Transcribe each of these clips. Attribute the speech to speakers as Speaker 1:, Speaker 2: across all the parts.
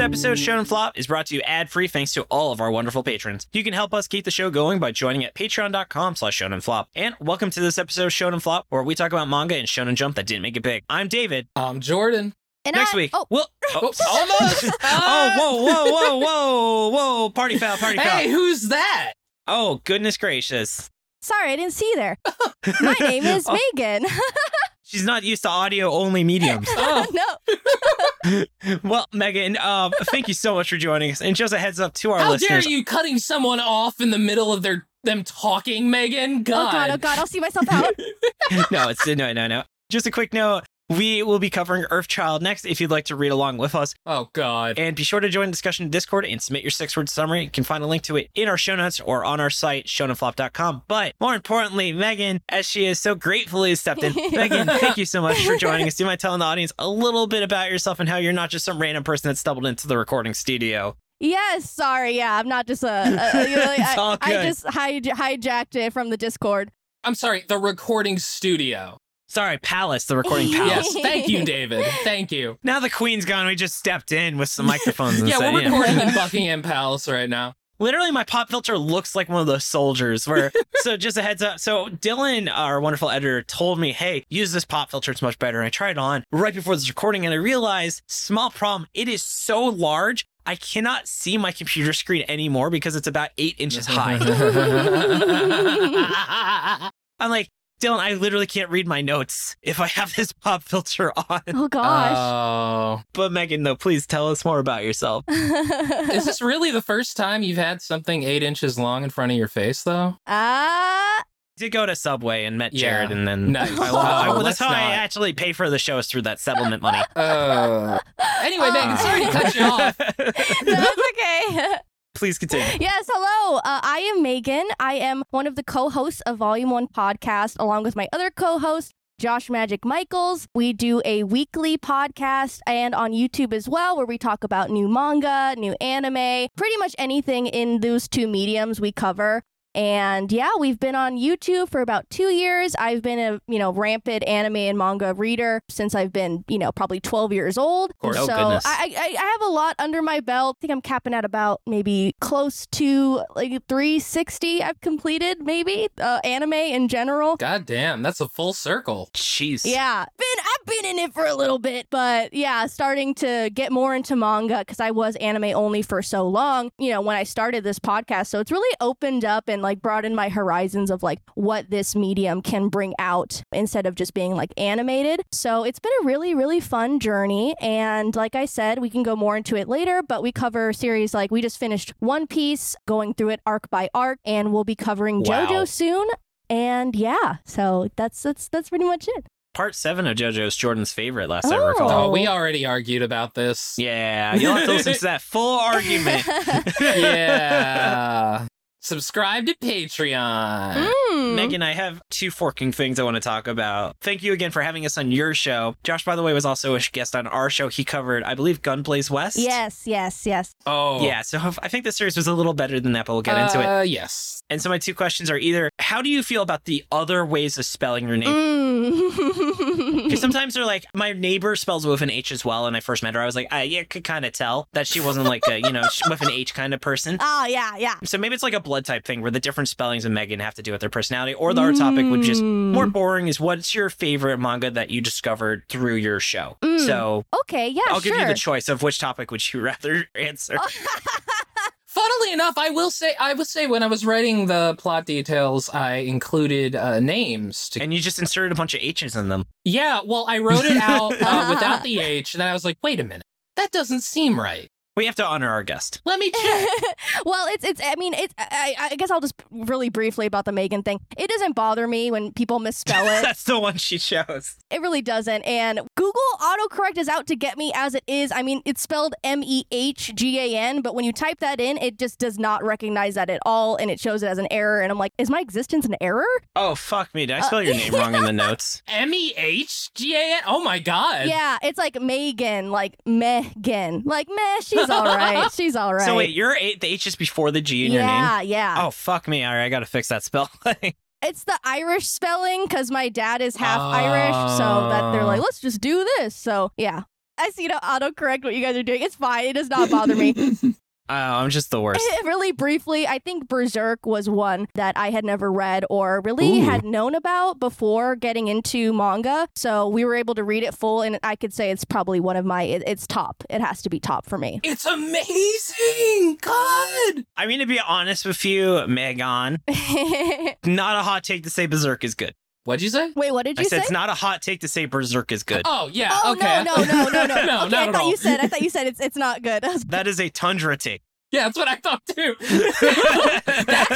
Speaker 1: episode, Shown Flop, is brought to you ad-free thanks to all of our wonderful patrons. You can help us keep the show going by joining at patreon.com slash shonen flop. And welcome to this episode of Shonen Flop, where we talk about manga and shonen jump that didn't make it big. I'm David.
Speaker 2: I'm Jordan.
Speaker 3: And
Speaker 1: Next
Speaker 3: I-
Speaker 1: week,
Speaker 3: Oh,
Speaker 1: we'll... Oh,
Speaker 2: Oops.
Speaker 1: almost! oh, whoa, whoa, whoa, whoa, whoa. Party foul, party foul.
Speaker 2: Hey, who's that?
Speaker 1: Oh, goodness gracious.
Speaker 3: sorry, I didn't see you there. My name is
Speaker 1: Oh.
Speaker 3: Megan.
Speaker 1: She's not used to audio-only mediums.
Speaker 2: Oh,
Speaker 3: no,
Speaker 1: well, Megan, uh, thank you so much for joining us. And just a heads up to our
Speaker 2: how
Speaker 1: listeners.
Speaker 2: dare you cutting someone off in the middle of their them talking, Megan? God.
Speaker 3: oh god, oh god, I'll see myself out.
Speaker 1: no, it's no, no, no. Just a quick note. We will be covering Earthchild next if you'd like to read along with us.
Speaker 2: Oh, God.
Speaker 1: And be sure to join the discussion Discord and submit your six word summary. You can find a link to it in our show notes or on our site, shonenflop.com. But more importantly, Megan, as she is so gratefully stepped in, Megan, thank you so much for joining us. Do you mind telling the audience a little bit about yourself and how you're not just some random person that stumbled into the recording studio?
Speaker 3: Yes, sorry, yeah, I'm not just a. a- a- you know, like,
Speaker 1: It's
Speaker 3: I,
Speaker 1: all
Speaker 3: I
Speaker 1: good.
Speaker 3: just hij- hijacked it from the Discord.
Speaker 2: I'm sorry, the recording studio.
Speaker 1: Sorry, Palace, the recording palace.
Speaker 2: Yes, thank you, David. Thank you.
Speaker 1: Now the queen's gone. We just stepped in with some microphones. and
Speaker 2: Yeah,
Speaker 1: said,
Speaker 2: we're
Speaker 1: you know,
Speaker 2: recording in Buckingham Palace right now.
Speaker 1: Literally, my pop filter looks like one of those soldiers. Where so, just a heads up. So Dylan, our wonderful editor, told me, "Hey, use this pop filter. It's much better." And I tried it on right before this recording, and I realized, small problem. It is so large, I cannot see my computer screen anymore because it's about eight inches high. I'm like, Dylan, I literally can't read my notes if I have this pop filter on.
Speaker 3: Oh
Speaker 1: uh,
Speaker 3: gosh.
Speaker 2: Oh.
Speaker 1: But Megan, though, please tell us more about yourself.
Speaker 2: Is this really the first time you've had something eight inches long in front of your face, though?
Speaker 3: Ah,
Speaker 1: did go to Subway and met
Speaker 2: Yeah.
Speaker 1: Jared, and then
Speaker 2: No.
Speaker 1: I, I,
Speaker 2: Oh,
Speaker 1: Mm. that's
Speaker 2: let's
Speaker 1: how I
Speaker 2: not.
Speaker 1: actually pay for the show is through that settlement money.
Speaker 2: Uh, anyway,
Speaker 1: Ah.
Speaker 2: Megan, sorry to cut you off.
Speaker 3: no, it's okay.
Speaker 1: Please continue.
Speaker 3: Yes, hello. Uh, I am Megan. I am one of the co hosts of Volume 1 podcast, along with my other co host, Josh Magic Michaels. We do a weekly podcast and on YouTube as well, where we talk about new manga, new anime, pretty much anything in those two mediums we cover. And yeah, we've been on YouTube for about two years. I've been a you know rampant anime and manga reader since I've been you know probably twelve years old.
Speaker 2: course.
Speaker 1: Oh,
Speaker 3: so I,
Speaker 1: goodness.
Speaker 3: I I have a lot under my belt. I think I'm capping at about maybe close to like 360. I've completed maybe uh, anime in general.
Speaker 2: God damn, that's a full circle.
Speaker 1: Jeez.
Speaker 3: Yeah, been I've been in it for a little bit, but yeah, starting to get more into manga because I was anime only for so long. You know, when I started this podcast, so it's really opened up and like broadened my horizons of like what this medium can bring out instead of just being like animated. So it's been a really really fun journey, and like I said, we can go more into it later, but we cover series like we just finished One Piece, going through it arc by arc, and we'll be covering
Speaker 1: Wow.
Speaker 3: JoJo soon. And yeah, so that's that's that's pretty much it.
Speaker 1: Part seven of JoJo's Jordan's favorite last I
Speaker 3: Oh.
Speaker 1: recall.
Speaker 2: Oh, we already argued about this.
Speaker 1: Yeah, you'll have to listen to that full argument.
Speaker 2: yeah. Subscribe to
Speaker 1: Hmm?
Speaker 2: Patreon.
Speaker 3: Mm.
Speaker 1: Megan, I have two forking things I want to talk about. Thank you again for having us on your show. Josh, by the way, was also a guest on our show. He covered, I believe, Gunblaze West.
Speaker 3: Yes, yes, yes.
Speaker 2: Oh.
Speaker 1: Yeah, so I think the series was a little better than that, but we'll get into it.
Speaker 2: Uh, yes.
Speaker 1: And so my two questions are either how do you feel about the other ways of spelling your name?
Speaker 3: Mm.
Speaker 1: Because sometimes they're like, my neighbor spells with an H as well. And I first met her, I was like, I yeah, could kind of tell that she wasn't like a, you know, sh- with an H kind of person.
Speaker 3: oh yeah, yeah.
Speaker 1: So maybe it's like a blood type thing where the different spellings of Megan have to do with their personality. Or the other topic would just
Speaker 3: Mm.
Speaker 1: more boring is what's your favorite manga that you discovered through your show?
Speaker 3: Mm.
Speaker 1: So
Speaker 3: Okay, yeah,
Speaker 1: I'll
Speaker 3: sure. Uh,
Speaker 1: give you the choice of which topic would you rather answer.
Speaker 2: Funnily enough, I will say I will say when I was writing the plot details, I included uh, names. To-
Speaker 1: And you just inserted a bunch of H's in them.
Speaker 2: yeah, well, I wrote it out uh, without the H, and then I was like, wait a minute, that doesn't seem right.
Speaker 1: We have to honor our guest.
Speaker 2: Let me check.
Speaker 3: well, it's it's. I mean, it's. I, I- I guess I'll just really briefly about the Megan thing. It doesn't bother me when people misspell it.
Speaker 1: That's the one she chose.
Speaker 3: it really doesn't. And Google autocorrect is out to get me as it is. I mean, it's spelled M E H G A N, but when you type that in, it just does not recognize that at all, and it shows it as an error. And I'm like, is my existence an error?
Speaker 1: Oh fuck me! Did I
Speaker 3: Uh,
Speaker 1: spell your name wrong in the notes?
Speaker 2: M E H G A N. Oh my god.
Speaker 3: Yeah, it's like Megan, like Megan, like meh. She's all right. She's all right.
Speaker 1: So wait, your eight, the H is before the G in your name.
Speaker 3: yeah, yeah.
Speaker 1: Oh fuck me! All right, I gotta fix that spell. Oh.
Speaker 3: It's the Irish spelling because my dad is half Irish, so that they're like,
Speaker 2: Oh.
Speaker 3: let's just do this. So yeah, I see to autocorrect what you guys are doing. It's fine. It does not bother me. Eh,
Speaker 1: Oh, I'm just the worst.
Speaker 3: really briefly, I think Berserk was one that I had never read or really
Speaker 2: Ooh.
Speaker 3: had known about before getting into manga. So we were able to read it full, and I could say it's probably one of my. It, it's top. It has to be top for me.
Speaker 2: it's amazing. God.
Speaker 1: I mean, to be honest with you, Megan,
Speaker 3: Wait,
Speaker 1: not a hot take to say Berserk is good.
Speaker 2: What'd you say?
Speaker 3: what did
Speaker 1: I
Speaker 3: you
Speaker 1: said
Speaker 3: say?
Speaker 1: it's not a hot take to say Berserk is good.
Speaker 2: Oh yeah.
Speaker 3: oh
Speaker 2: okay.
Speaker 3: no no no no no!
Speaker 2: no, not
Speaker 3: okay, I
Speaker 2: at
Speaker 3: thought
Speaker 2: all.
Speaker 3: you said I thought you said it's it's not good.
Speaker 1: That is a tundra take.
Speaker 2: Yeah, that's what I thought too. that's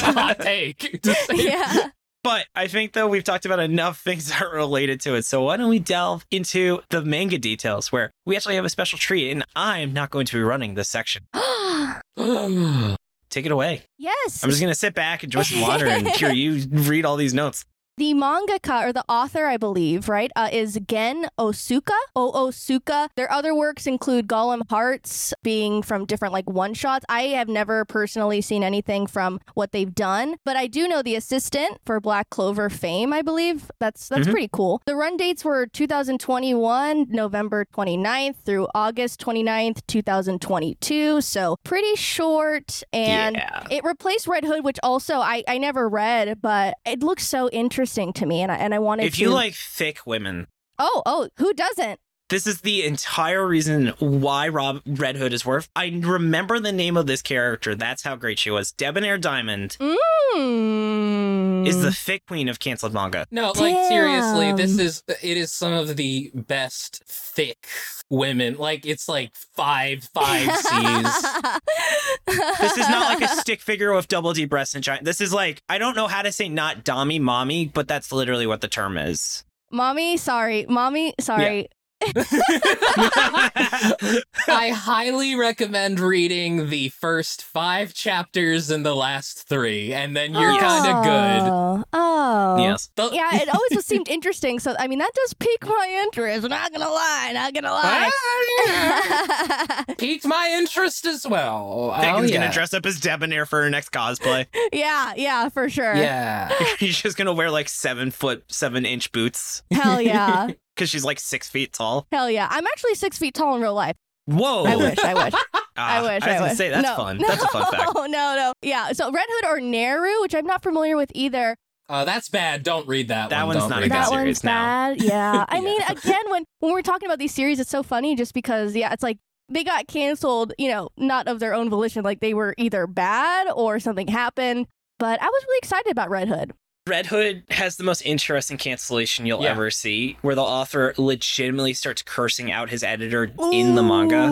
Speaker 2: a hot take. to say.
Speaker 3: yeah.
Speaker 1: But I think though we've talked about enough things that are related to it. So why don't we delve into the manga details where we actually have a special treat and I'm not going to be running this section. Take it away.
Speaker 3: yes.
Speaker 1: I'm just going to sit back, enjoy some water, and hear you read all these notes.
Speaker 3: The mangaka or the author, I believe, right, uh, is Gen Osuka. O Osuka. Their other works include Golem Hearts, being from different like one shots. I have never personally seen anything from what they've done, but I do know the assistant for Black Clover fame. I believe that's that's
Speaker 1: Mhm.
Speaker 3: pretty cool. The run dates were 2021 November 29th through August 29th 2022. So pretty short and
Speaker 1: yeah.
Speaker 3: it replaced Red Hood, which also I, I never read, but it looks so interesting to me, and I and I wanted
Speaker 1: If
Speaker 3: to.
Speaker 1: you like thick women,
Speaker 3: oh oh, who doesn't?
Speaker 1: This is the entire reason why Rob Red Hood is worth. I remember the name of this character. That's how great she was. Debonair Diamond
Speaker 3: Mm.
Speaker 1: is the thick queen of canceled manga.
Speaker 2: No, like seriously, this
Speaker 3: Damn.
Speaker 2: is it is some of the best thick women. Like it's like five five C's.
Speaker 1: This is not like a stick figure with double D breasts and giant. This is like I don't know how to say not dommy mommy, but that's literally what the term is.
Speaker 3: mommy. Sorry, mommy. Sorry.
Speaker 2: I highly recommend reading the first five chapters and the last three, and then you're kind of good.
Speaker 3: Oh, Oh.
Speaker 1: yes.
Speaker 2: The-
Speaker 3: Yeah, it always just seemed interesting. So I mean, that does pique my interest. Not gonna lie. Not gonna lie.
Speaker 2: piqued my interest as well. oh,
Speaker 1: Megan's
Speaker 2: yeah.
Speaker 1: gonna dress up as debonair for her next cosplay.
Speaker 3: yeah, yeah, for sure.
Speaker 2: yeah.
Speaker 1: She's just gonna wear like seven foot, seven inch boots
Speaker 3: Hell yeah.
Speaker 1: because she's like six feet tall.
Speaker 3: Hell yeah. I'm actually six feet tall in real life.
Speaker 1: Whoa!
Speaker 3: I wish. I wish.
Speaker 1: Ah,
Speaker 3: I wish.
Speaker 1: I was gonna
Speaker 3: wish.
Speaker 1: say that's
Speaker 3: No.
Speaker 1: fun. That's a fun fact.
Speaker 3: No, no, no. Yeah. So Red Hood or Neru, which I'm not familiar with either.
Speaker 2: Uh, that's bad. Don't read that,
Speaker 1: That
Speaker 2: one.
Speaker 1: one's
Speaker 2: Don't
Speaker 1: not
Speaker 2: read
Speaker 1: a good
Speaker 3: that
Speaker 1: series
Speaker 3: one's
Speaker 1: now.
Speaker 3: bad. Yeah. I
Speaker 2: Yeah.
Speaker 3: mean, again, when when we're talking about these series, it's so funny just because yeah, it's like they got canceled, you know, not of their own volition. Like they were either bad or something happened. But I was really excited about Red Hood.
Speaker 1: Red Hood has the most interesting cancellation you'll
Speaker 2: Yeah.
Speaker 1: ever see, where the author legitimately starts cursing out his editor in the manga.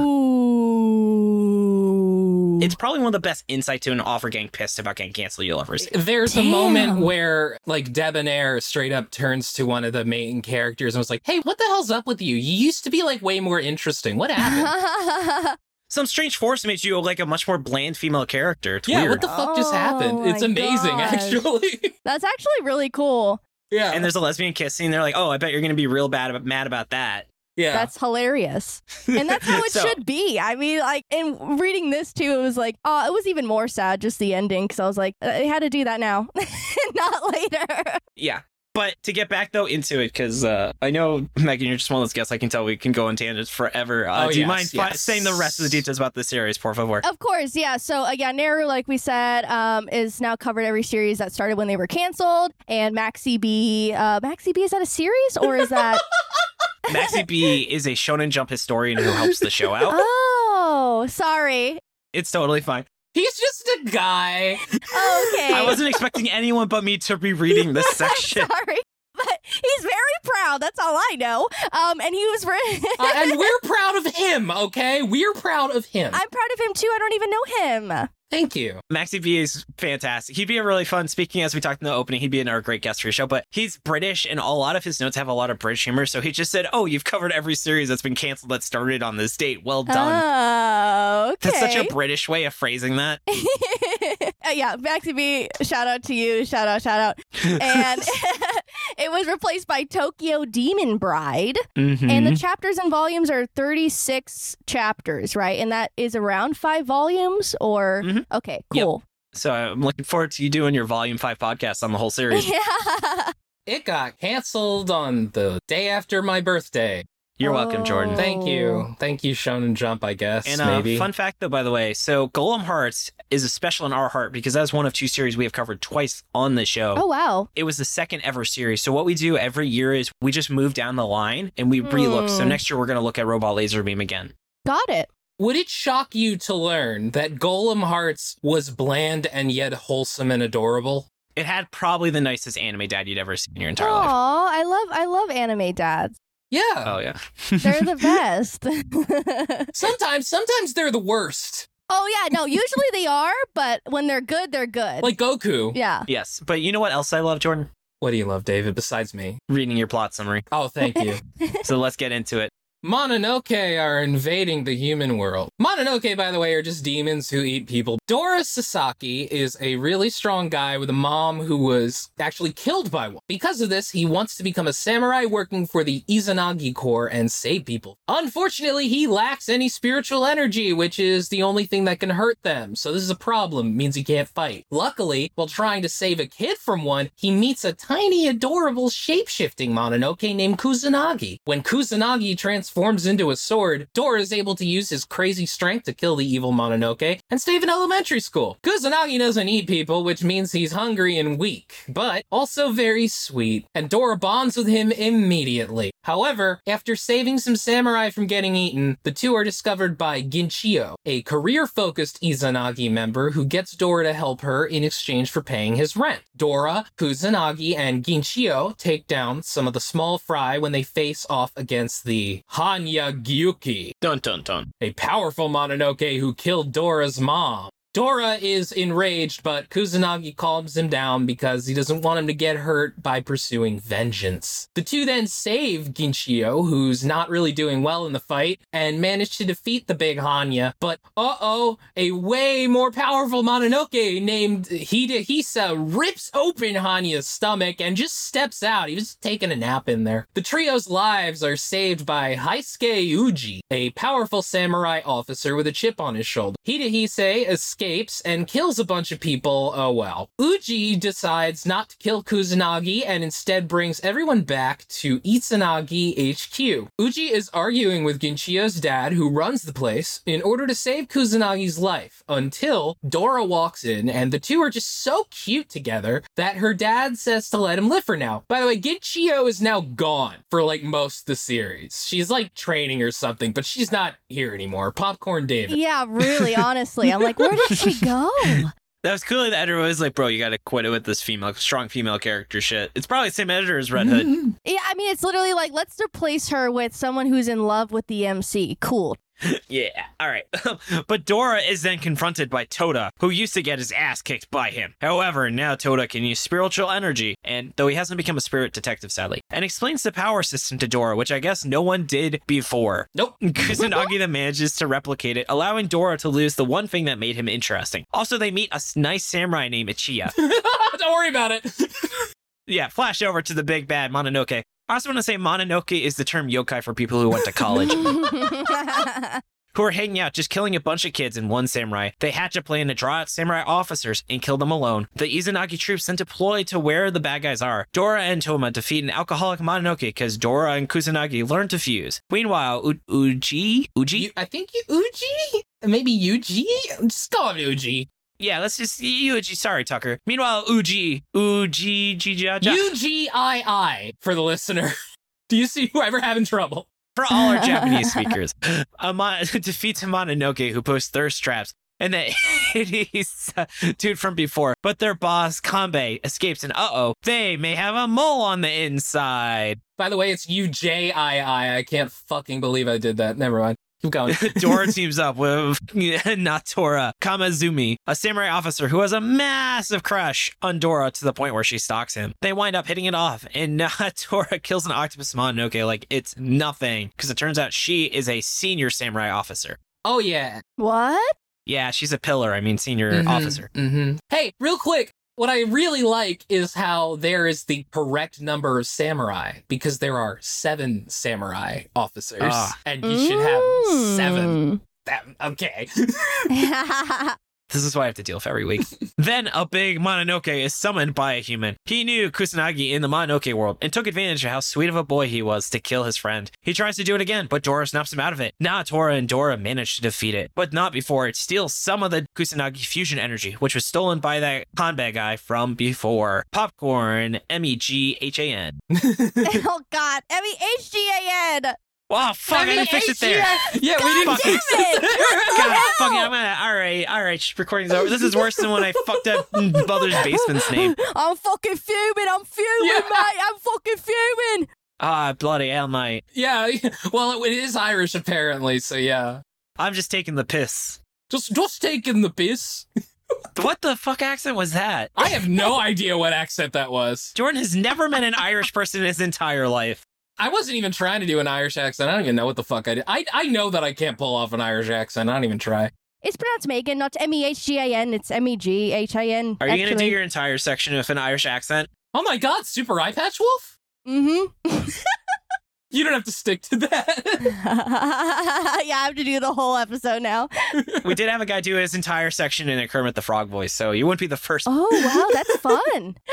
Speaker 3: Ooh.
Speaker 1: It's probably one of the best insight to an author getting pissed about getting canceled you'll ever see.
Speaker 2: There's
Speaker 3: Damn.
Speaker 2: a moment where like debonair straight up turns to one of the main characters and was like, "Hey, what the hell's up with you? You used to be like way more interesting. What happened?
Speaker 3: Uh-huh.
Speaker 1: Some strange force made you like a much more bland female character. It's
Speaker 2: yeah,
Speaker 1: weird.
Speaker 2: what the fuck just
Speaker 3: Oh
Speaker 2: happened? It's
Speaker 3: my
Speaker 2: amazing,
Speaker 3: gosh.
Speaker 2: actually.
Speaker 3: That's actually really cool.
Speaker 2: yeah,
Speaker 1: and there's a lesbian kiss scene. They're like, "Oh, I bet you're gonna be real bad about, mad about that."
Speaker 2: yeah.
Speaker 3: That's hilarious. And that's how it
Speaker 1: So-
Speaker 3: should be. I mean, like, and reading this too, it was like, oh, it was even more sad just the ending because I was like, they had to do that now, not later.
Speaker 1: Yeah. But to get back though into it, because uh, I know Megan, you're just one of those guests. I can tell we can go on tangents forever. Uh,
Speaker 2: Oh,
Speaker 1: do you
Speaker 2: yes,
Speaker 1: mind fi-
Speaker 2: yes.
Speaker 1: saying the rest of the details about this series, por favor?
Speaker 3: Of course, yeah. So, uh, yeah, Neru, like we said, um, is now covered every series that started when they were canceled. And Maxi B, uh, Maxi B, is that a series or is that?
Speaker 1: Maxie B is a Shonen Jump historian who helps the show out.
Speaker 3: oh, sorry.
Speaker 1: It's totally fine.
Speaker 2: He's just a guy.
Speaker 3: Okay.
Speaker 1: I wasn't expecting anyone but me to be reading this section.
Speaker 3: sorry. But he's very proud. That's all I know. Um, and he was. Re-
Speaker 2: Uh, and we're proud of him, okay? We're proud of him.
Speaker 3: I'm proud of him too. I don't even know him.
Speaker 2: Thank you.
Speaker 1: Maxie B is fantastic. He'd be a really fun speaking as we talked in the opening. He'd be another great guest for your show, but he's British and a lot of his notes have a lot of British humor. So he just said, "Oh, you've covered every series that's been canceled that started on this date. Well done."
Speaker 3: Oh, okay.
Speaker 1: That's such a British way of phrasing that.
Speaker 3: Uh, yeah, Maxi B, shout out to you. Shout out, shout out. And it was replaced by Tokyo Demon Bride.
Speaker 1: Mhm.
Speaker 3: And the chapters and volumes are 36 chapters, right? And that is around five volumes or.
Speaker 1: Mhm.
Speaker 3: Okay,
Speaker 1: Yep.
Speaker 3: cool.
Speaker 1: so I'm looking forward to you doing your Volume Five podcast on the whole series.
Speaker 3: Yeah.
Speaker 2: It got canceled on the day after my birthday.
Speaker 1: You're welcome, Jordan.
Speaker 3: Oh.
Speaker 2: Thank you. Thank you, Shonen Jump, I guess.
Speaker 1: And uh,
Speaker 2: maybe.
Speaker 1: fun fact, though, by the way, so Golem Hearts is a special in our heart because that's one of two series we have covered twice on the show.
Speaker 3: Oh wow.
Speaker 1: It was the second ever series. So what we do every year is we just move down the line and we relook. So
Speaker 3: Hmm.
Speaker 1: next year we're going to look at Robot Laser Beam again.
Speaker 3: Got it.
Speaker 2: Would it shock you to learn that Golem Hearts was bland and yet wholesome and adorable?
Speaker 1: It had probably the nicest anime dad you'd ever seen in your
Speaker 3: Aw,
Speaker 1: entire life.
Speaker 3: I love I love anime dads.
Speaker 2: Yeah.
Speaker 1: Oh yeah,
Speaker 3: They're the best.
Speaker 2: Sometimes, sometimes they're the worst.
Speaker 3: oh yeah, no, usually they are, but when they're good, they're good.
Speaker 2: Like Goku.
Speaker 3: yeah.
Speaker 1: yes. But you know what else I love, Jordan?
Speaker 2: What do you love, David, besides me?
Speaker 1: Reading your plot summary.
Speaker 2: Oh, thank you.
Speaker 1: So let's get into it.
Speaker 2: Mononoke are invading the human world. Mononoke, by the way, are just demons who eat people. Dora Sasaki is a really strong guy with a mom who was actually killed by one. Because of this, he wants to become a samurai working for the Izanagi Corps and save people. Unfortunately, he lacks any spiritual energy, which is the only thing that can hurt them. So this is a problem, It means he can't fight. Luckily, while trying to save a kid from one, he meets a tiny, adorable shape-shifting Mononoke named Kusanagi. When Kusanagi transforms into a sword, Dora is able to use his crazy strength to kill the evil Mononoke and save an elementary school. Kusanagi doesn't eat people, which means he's hungry and weak, but also very sweet, and Dora bonds with him immediately. However, after saving some samurai from getting eaten, the two are discovered by Ginchio, a career focused Izanagi member who gets Dora to help her in exchange for paying his rent. Dora, Kusanagi, and Ginchio take down some of the small fry when they face off against the Hanya Gyuki,
Speaker 1: Dun dun dun.
Speaker 2: a powerful Mononoke who killed Dora's mom. Dora is enraged, but Kusanagi calms him down because he doesn't want him to get hurt by pursuing vengeance. The two then save Ginchio, who's not really doing well in the fight, and manage to defeat the big Hanya. But uh oh, a way more powerful Mononoke named Hidehisa rips open Hanya's stomach and just steps out. He was taking a nap in there. The trio's lives are saved by Haisuke Uji, a powerful samurai officer with a chip on his shoulder. Hidehise escapes and kills a bunch of people. Oh well. Uji decides not to kill Kusanagi and instead brings everyone back to Itsunagi HQ. Uji is arguing with Ginchio's dad, who runs the place, in order to save Kusunagi's life until Dora walks in and the two are just so cute together that her dad says to let him live for now. By the way, Ginchio is now gone for like most of the series. She's like training or something, but she's not here anymore. Popcorn David.
Speaker 3: Yeah, really, honestly. I'm like, where did she go?
Speaker 1: That was cool. The editor was like, "Bro, you got to quit it with this female, strong female character shit." It's probably the same editor as Red Hood.
Speaker 3: Yeah, I mean, it's literally like, let's replace her with someone who's in love with the MC. Cool.
Speaker 1: Yeah. All right. but Dora is then confronted by Toda, who used to get his ass kicked by him. However, now Toda can use spiritual energy, and though he hasn't become a spirit detective, sadly, and explains the power system to Dora, which I guess no one did before.
Speaker 2: Nope.
Speaker 1: Kusanagi then manages to replicate it, allowing Dora to lose the one thing that made him interesting. Also, they meet a s- nice samurai named Ichiya.
Speaker 2: Don't worry about it.
Speaker 1: yeah, flash over to the big bad Mononoke. I also want to say Mononoke is the term yokai for people who went to college. who are hanging out just killing a bunch of kids and one samurai. They hatch a plan to draw out samurai officers and kill them alone. The Izanagi troops then deploy to where the bad guys are. Dora and Toma defeat an alcoholic Mononoke because Dora and Kusanagi learn to fuse. Meanwhile, U- Uji? Uji?
Speaker 2: You- I think you Uji? Maybe Uji? Just call him Uji.
Speaker 1: yeah, let's just Uji. Sorry, Tucker. Meanwhile, Uji. Uji Jijaja.
Speaker 2: U-G-I-I for the listener. Do you see who ever having trouble?
Speaker 1: for all our Japanese speakers. Amon defeats Mononoke, who posts thirst traps, and that he's uh, dude from before. But their boss Kanbei escapes, and uh oh, they may have a mole on the inside.
Speaker 2: By the way, it's U-J-I-I. I can't fucking believe I did that. Never mind. Keep going.
Speaker 1: Dora teams up with Natora Kamazumi, a samurai officer who has a massive crush on Dora to the point where she stalks him. They wind up hitting it off, and Natora kills an octopus Mononoke like it's nothing, because it turns out she is a senior samurai officer.
Speaker 2: Oh, yeah.
Speaker 3: what?
Speaker 1: Yeah, she's a pillar. I mean, senior
Speaker 2: Mhm,
Speaker 1: officer.
Speaker 2: mhm. Hey, real quick. What I really like is how there is the correct number of samurai because there are seven samurai officers,
Speaker 1: Ah.
Speaker 2: and you should have seven. That, okay.
Speaker 3: Mm.
Speaker 1: This is what I have to deal with every week. then a big Mononoke is summoned by a human. He knew Kusanagi in the Mononoke world and took advantage of how sweet of a boy he was to kill his friend. He tries to do it again, but Dora snaps him out of it. Now Tora and Dora manage to defeat it, but not before it steals some of the Kusanagi fusion energy, which was stolen by that Kanbei guy from before. Popcorn, M E G H A N.
Speaker 3: oh God, M E H G A N.
Speaker 1: Wow, fuck, I didn't fix it there.
Speaker 2: Yeah, we didn't
Speaker 3: God damn
Speaker 2: fix it.
Speaker 1: God, fuck it, I'm gonna. All right, all right. sh- Recording's over. This is worse than when I fucked up Mother's Basement's name.
Speaker 3: I'm fucking fuming. I'm fuming,
Speaker 2: Yeah.
Speaker 3: mate. I'm fucking fuming.
Speaker 1: Ah, bloody hell, mate.
Speaker 2: yeah, well, it is Irish apparently, so yeah.
Speaker 1: I'm just taking the piss.
Speaker 2: Just, just taking the piss.
Speaker 1: What the fuck accent was that?
Speaker 2: I have no idea what accent that was.
Speaker 1: Jordan has never met an Irish person in his entire life.
Speaker 2: I wasn't even trying to do an Irish accent. I don't even know what the fuck I did. I, I know that I can't pull off an Irish accent. I don't even try.
Speaker 3: It's pronounced Megan, not M E H G A N. It's M E G H I N.
Speaker 1: Are you gonna do your entire section with an Irish accent?
Speaker 2: Oh my god, Super Eye Patch Wolf?
Speaker 3: Mm-hmm.
Speaker 2: You don't have to stick to that.
Speaker 3: yeah, I have to do the whole episode now.
Speaker 1: We did have a guy do his entire section in a Kermit the Frog voice, so you wouldn't be the first.
Speaker 3: Oh wow, that's fun.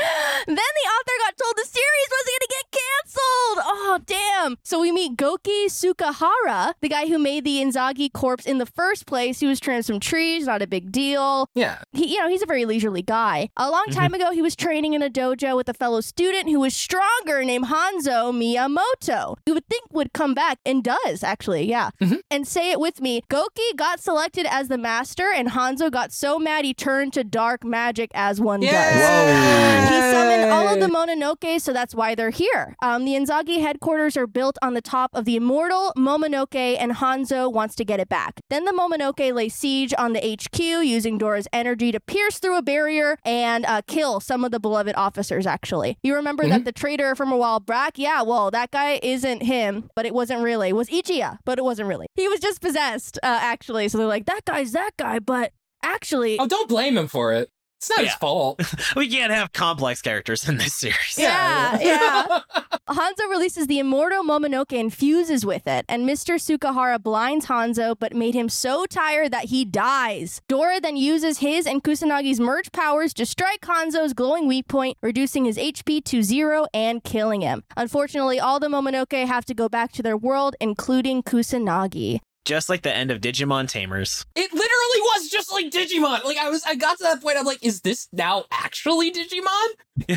Speaker 3: then the author got told the series was gonna get canceled. Oh damn! So we meet Goki Sukahara, the guy who made the Inzagi corpse in the first place. He was trimming some trees, not a big deal.
Speaker 2: yeah.
Speaker 3: he you know he's a very leisurely guy a long time ago he was training in a dojo with a fellow student who was stronger named hanzo miyamoto you would think would come back and does actually yeah
Speaker 2: Mhm.
Speaker 3: and say it with me goki got selected as the master and hanzo got so mad he turned to dark magic as one does
Speaker 1: Whoa.
Speaker 3: he summoned all of the Mononoke, so that's why they're here. Um, the Inzagi headquarters are built on the top of the immortal Momonoke, and Hanzo wants to get it back. Then the Momonoke lay siege on the HQ, using Dora's energy to pierce through a barrier and uh, kill some of the beloved officers, actually. You remember that the traitor from a while back? Yeah, well, that guy isn't him, but it wasn't really. It was Ichiya, but it wasn't really. He was just possessed, uh, actually. So they're like, that guy's that guy, but actually.
Speaker 2: Oh, don't blame him for it. It's not his
Speaker 1: Yeah.
Speaker 2: fault.
Speaker 1: We can't have complex characters in this series.
Speaker 3: Yeah, yeah. Hanzo releases the immortal Momonoke and fuses with it, and Mr. Sukahara blinds Hanzo but made him so tired that he dies. Dora then uses his and Kusanagi's merge powers to strike Hanzo's glowing weak point, reducing his HP to zero and killing him. Unfortunately, all the Momonoke have to go back to their world, including Kusanagi.
Speaker 1: Just like the end of Digimon Tamers.
Speaker 2: It literally was just like Digimon. Like I was I got to that point, I'm like, is this now actually Digimon?
Speaker 1: It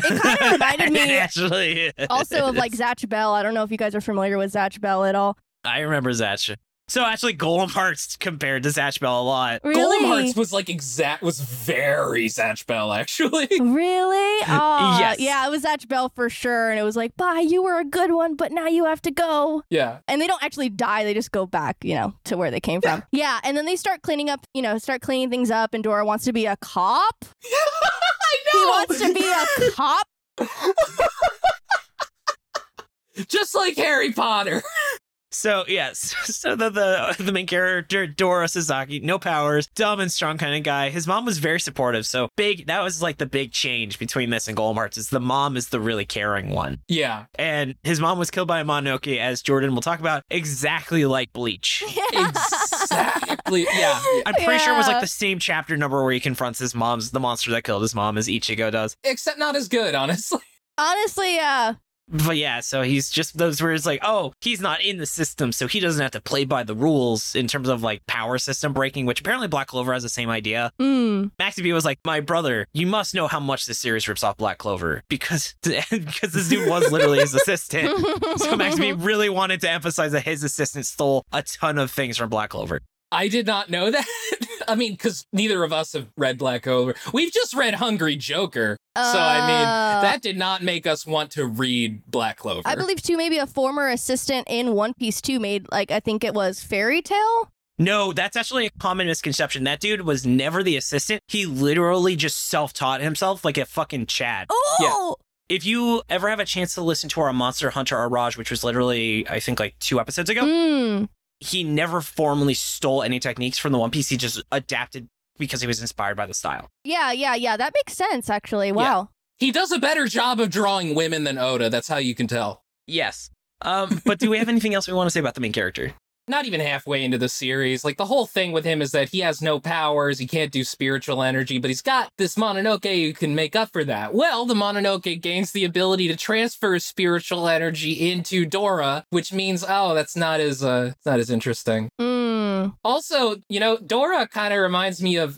Speaker 3: kinda reminded me-
Speaker 1: Actually, is.
Speaker 3: Also, of like Zatch Bell, I don't know if you guys are familiar with Zatch Bell at all.
Speaker 1: I remember Zatch. So actually, Golem Hearts compared to Zatch Bell a lot.
Speaker 3: Really?
Speaker 2: Golem Hearts was like exact was very Zatch Bell, actually.
Speaker 3: Really? Oh,
Speaker 1: Yes.
Speaker 3: Yeah, it was Zatch Bell for sure. And it was like, bye, you were a good one, but now you have to go.
Speaker 2: Yeah.
Speaker 3: And they don't actually die, they just go back, you know, to where they came from. yeah, and then they start cleaning up, you know, start cleaning things up. And Dora wants to be a cop.
Speaker 2: I
Speaker 3: He
Speaker 2: know.
Speaker 3: wants to be a cop.
Speaker 2: just like Harry Potter.
Speaker 1: So yes, so the the, the main character Dora Sasaki, no powers, dumb and strong kind of guy. His mom was very supportive. So big. That was like the big change between this and Golem Hearts. Is the mom is the really caring one,
Speaker 2: Yeah.
Speaker 1: and his mom was killed by a Mononoke, as Jordan will talk about, exactly like Bleach.
Speaker 2: Exactly. Yeah.
Speaker 1: I'm pretty sure it was
Speaker 3: Yeah.
Speaker 1: like the same chapter number where he confronts his mom's the monster that killed his mom as Ichigo does.
Speaker 2: Except not as good, honestly.
Speaker 3: Honestly, uh,
Speaker 1: But yeah, so he's just those where it's like, oh, he's not in the system, so he doesn't have to play by the rules in terms of like power system breaking, which apparently Black Clover has the same idea.
Speaker 3: mm,
Speaker 1: Maxie B was like, my brother, you must know how much this series rips off Black Clover because because this dude was literally his assistant. So Maxie B really wanted to emphasize that his assistant stole a ton of things from Black Clover.
Speaker 2: I did not know that. I mean, because neither of us have read Black Clover. We've just read Hungry Joker. so, I
Speaker 3: Uh,
Speaker 2: mean, that did not make us want to read Black Clover.
Speaker 3: I believe too, maybe a former assistant in One Piece 2 made, like, I think it was Fairy Tale.
Speaker 1: No, that's actually a common misconception. That dude was never the assistant. He literally just self-taught himself like a fucking Chad.
Speaker 3: Oh,
Speaker 1: If you ever have a chance to listen to our Monster Hunter Araj, which was literally, I think, like two episodes ago,
Speaker 3: Mm.
Speaker 1: he never formally stole any techniques from the One Piece. He just adapted because he was inspired by the style.
Speaker 3: Yeah, yeah, yeah. That makes sense, actually. Wow.
Speaker 2: he does a better job of drawing women than Oda. That's how you can tell.
Speaker 1: Yes. Um, but do we have anything else we want to say about the main character?
Speaker 2: not even halfway into the series. Like the whole thing with him is that he has no powers, he can't do spiritual energy, but he's got this Mononoke who can make up for that. Well, the Mononoke gains the ability to transfer spiritual energy into Dora, which means oh, that's not as uh, it's not as interesting.
Speaker 3: Mm.
Speaker 2: Also, you know, Dora kind of reminds me of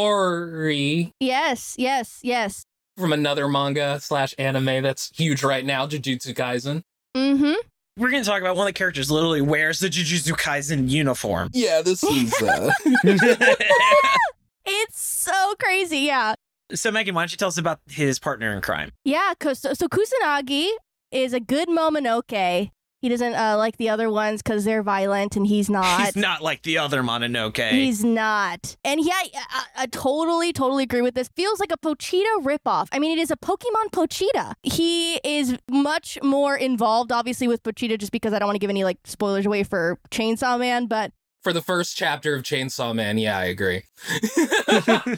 Speaker 2: Itadori
Speaker 3: Yes, yes, yes.
Speaker 2: from another manga slash anime that's huge right now, Jujutsu Kaisen.
Speaker 3: Mm-hmm.
Speaker 1: We're going to talk about one of the characters literally wears the Jujutsu Kaisen uniform.
Speaker 2: Yeah, this is. Uh...
Speaker 3: It's so crazy. Yeah.
Speaker 1: so, Megan, why don't you tell us about his partner in crime?
Speaker 3: Yeah, 'cause- so, so Kusanagi is a good Momonoke. He doesn't uh, like the other ones because they're violent and he's not.
Speaker 1: He's not like the other Mononoke.
Speaker 3: Uh, He's not. And yeah, I, I, I totally, totally agree with this. Feels like a Pochita ripoff. I mean, it is a Pokemon Pochita. He is much more involved, obviously, with Pochita just because I don't want to give any like spoilers away for Chainsaw Man, but
Speaker 2: For the first chapter of Chainsaw Man, yeah, I agree.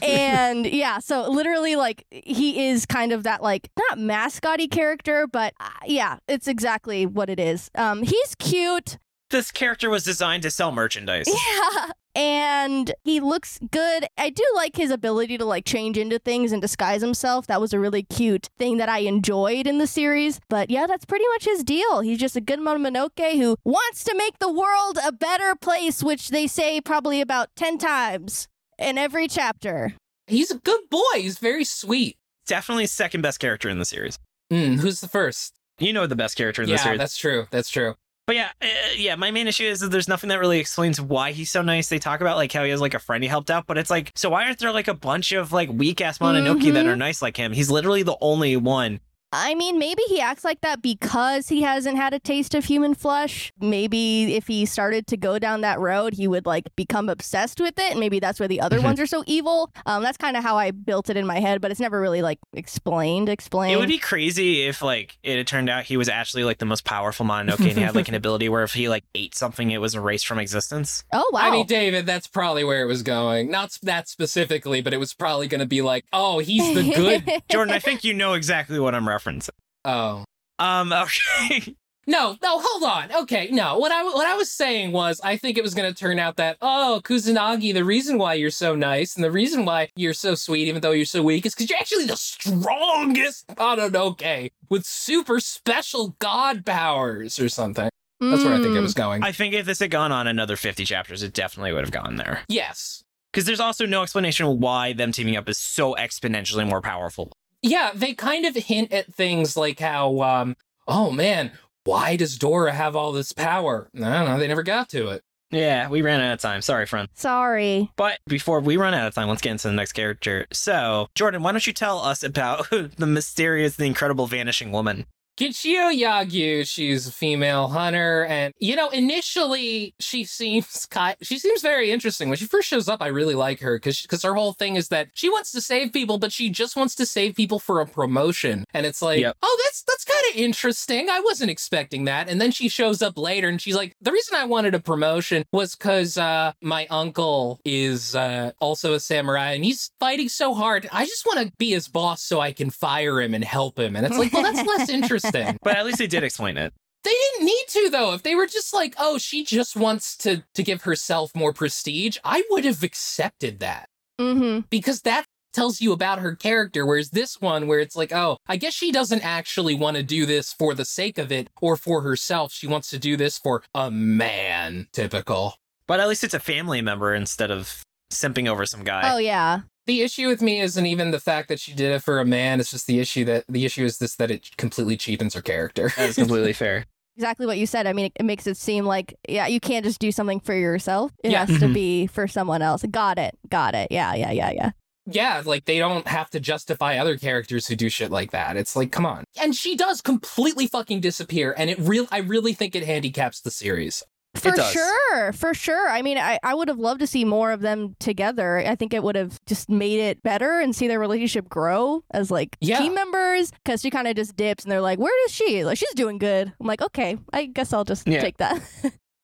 Speaker 3: and yeah, so literally, like he is kind of that like not mascoty character, but uh, yeah, it's exactly what it is. Um, he's cute,
Speaker 1: this character was designed to sell merchandise.
Speaker 3: yeah, and he looks good. I do like his ability to like change into things and disguise himself. That was a really cute thing that I enjoyed in the series. But yeah, that's pretty much his deal. He's just a good Mononoke who wants to make the world a better place, which they say probably about ten times in every chapter.
Speaker 2: He's a good boy. He's very sweet.
Speaker 1: Definitely second best character in the series.
Speaker 2: Mm, who's the first?
Speaker 1: You know the best character in the
Speaker 2: Yeah,
Speaker 1: series.
Speaker 2: that's true. That's true.
Speaker 1: But yeah, uh, yeah, my main issue is that there's nothing that really explains why he's so nice. They talk about like how he has like a friend he helped out, but it's like, so why aren't there like a bunch of like weak ass Mononoke that
Speaker 3: Mhm.
Speaker 1: are nice like him? He's literally the only one.
Speaker 3: I mean, maybe he acts like that because he hasn't had a taste of human flesh. Maybe if he started to go down that road, he would like become obsessed with it. And maybe that's why the other
Speaker 2: Mm-hmm.
Speaker 1: Mhm.
Speaker 3: ones are so evil. Um, that's kind of how I built it in my head, but it's never really like explained. Explained.
Speaker 1: It would be crazy if like it had turned out he was actually like the most powerful Mononoke and he had like an ability where if he like ate something, it was erased from existence.
Speaker 3: oh wow.
Speaker 2: I mean, David, that's probably where it was going. Not s- that specifically, but it was probably going to be like, oh, he's the good.
Speaker 1: Jordan, I think you know exactly what I'm referencing.
Speaker 2: oh.
Speaker 1: Um, okay.
Speaker 2: No, no, hold on. Okay, no. What I what I was saying was I think it was going to turn out that oh, Kusanagi, the reason why you're so nice and the reason why you're so sweet even though you're so weak is cuz you're actually the strongest Mononoke with super special god powers or something. That's where I think it
Speaker 3: Mm.
Speaker 2: was going.
Speaker 1: I think if this had gone on another 50 chapters, it definitely would have gone there.
Speaker 2: yes.
Speaker 1: Because there's also no explanation why them teaming up is so exponentially more powerful.
Speaker 2: Yeah, they kind of hint at things like how um oh man, why does Dora have all this power? I don't know, they never got to it.
Speaker 1: Yeah, we ran out of time. Sorry, friend.
Speaker 3: Sorry.
Speaker 1: But before we run out of time, let's get into the next character. So, Jordan, why don't you tell us about the mysterious, the incredible vanishing woman?
Speaker 2: Kichio uh, Yagyu, she's a female hunter, and you know, initially she seems ki- she seems very interesting. When she first shows up, I really like her because because her whole thing is that she wants to save people, but she just wants to save people for a promotion, and it's like,
Speaker 1: Yep.
Speaker 2: oh, that's that's kind of interesting. I wasn't expecting that. And then she shows up later, and she's like, the reason I wanted a promotion was because uh, my uncle is uh, also a samurai, and he's fighting so hard. I just want to be his boss so I can fire him and help him. And it's like, well, that's less interesting.
Speaker 1: But at least they did explain it.
Speaker 2: They didn't need to though. If they were just like, "Oh, she just wants to to give herself more prestige," I would have accepted that
Speaker 3: Mm-hmm.
Speaker 2: because that tells you about her character. Whereas this one, where it's like, "Oh, I guess she doesn't actually want to do this for the sake of it or for herself. She wants to do this for a man." Typical.
Speaker 1: But at least it's a family member instead of simping over some guy.
Speaker 3: Oh yeah.
Speaker 2: The issue with me isn't even the fact that she did it for a man. It's just the issue that the issue is this that it completely cheapens her character.
Speaker 1: That is completely fair.
Speaker 3: Exactly what you said. I mean, it, it makes it seem like yeah, you can't just do something for yourself. It
Speaker 2: Yeah.
Speaker 3: has to
Speaker 1: Mhm.
Speaker 3: be for someone else. Got it. Got it. Yeah. Yeah. Yeah. Yeah.
Speaker 2: yeah, like they don't have to justify other characters who do shit like that. It's like, come on. And she does completely fucking disappear, and it real I really think it handicaps the series.
Speaker 3: For
Speaker 1: does.
Speaker 3: sure, for sure. I mean, I, I would have loved to see more of them together. I think it would have just made it better and see their relationship grow as like
Speaker 2: Yeah.
Speaker 3: team members. Because she kind of just dips, and they're like, "Where is she? Like, she's doing good." I'm like, "Okay, I guess I'll just
Speaker 1: Yeah.
Speaker 3: take that."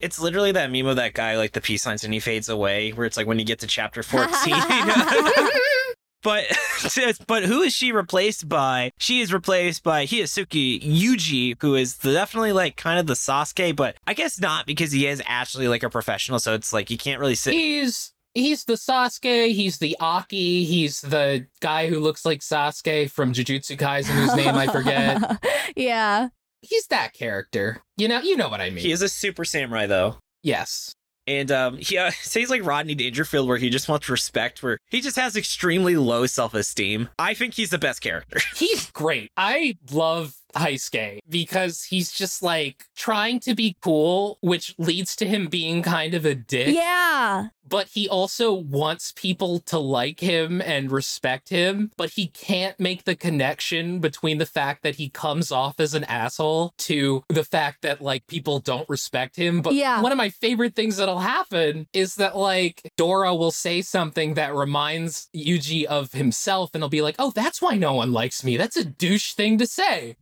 Speaker 1: It's literally that meme of that guy, like the peace signs, and he fades away, where it's like when you get to chapter 14. But but who is she replaced by? She is replaced by Hiyasuki Yuji, who is definitely like kind of the Sasuke, but I guess not because he is actually like a professional, so it's like you can't really sit.
Speaker 2: He's he's the Sasuke, he's the Aki, he's the guy who looks like Sasuke from Jujutsu Kaisen whose name I forget.
Speaker 3: yeah.
Speaker 2: He's that character. You know, you know what I mean.
Speaker 1: He is a super samurai though.
Speaker 2: yes.
Speaker 1: And um, he uh, so he's like Rodney Dangerfield, where he just wants respect, where he just has extremely low self esteem. I think he's the best character.
Speaker 2: He's great. I love Heisuke because he's just like trying to be cool, which leads to him being kind of a dick.
Speaker 3: Yeah.
Speaker 2: But he also wants people to like him and respect him. But he can't make the connection between the fact that he comes off as an asshole to the fact that like people don't respect him. But
Speaker 3: Yeah.
Speaker 2: one of my favorite things that'll happen is that like Dora will say something that reminds Yuji of himself and he'll be like, oh, that's why no one likes me. That's a douche thing to say.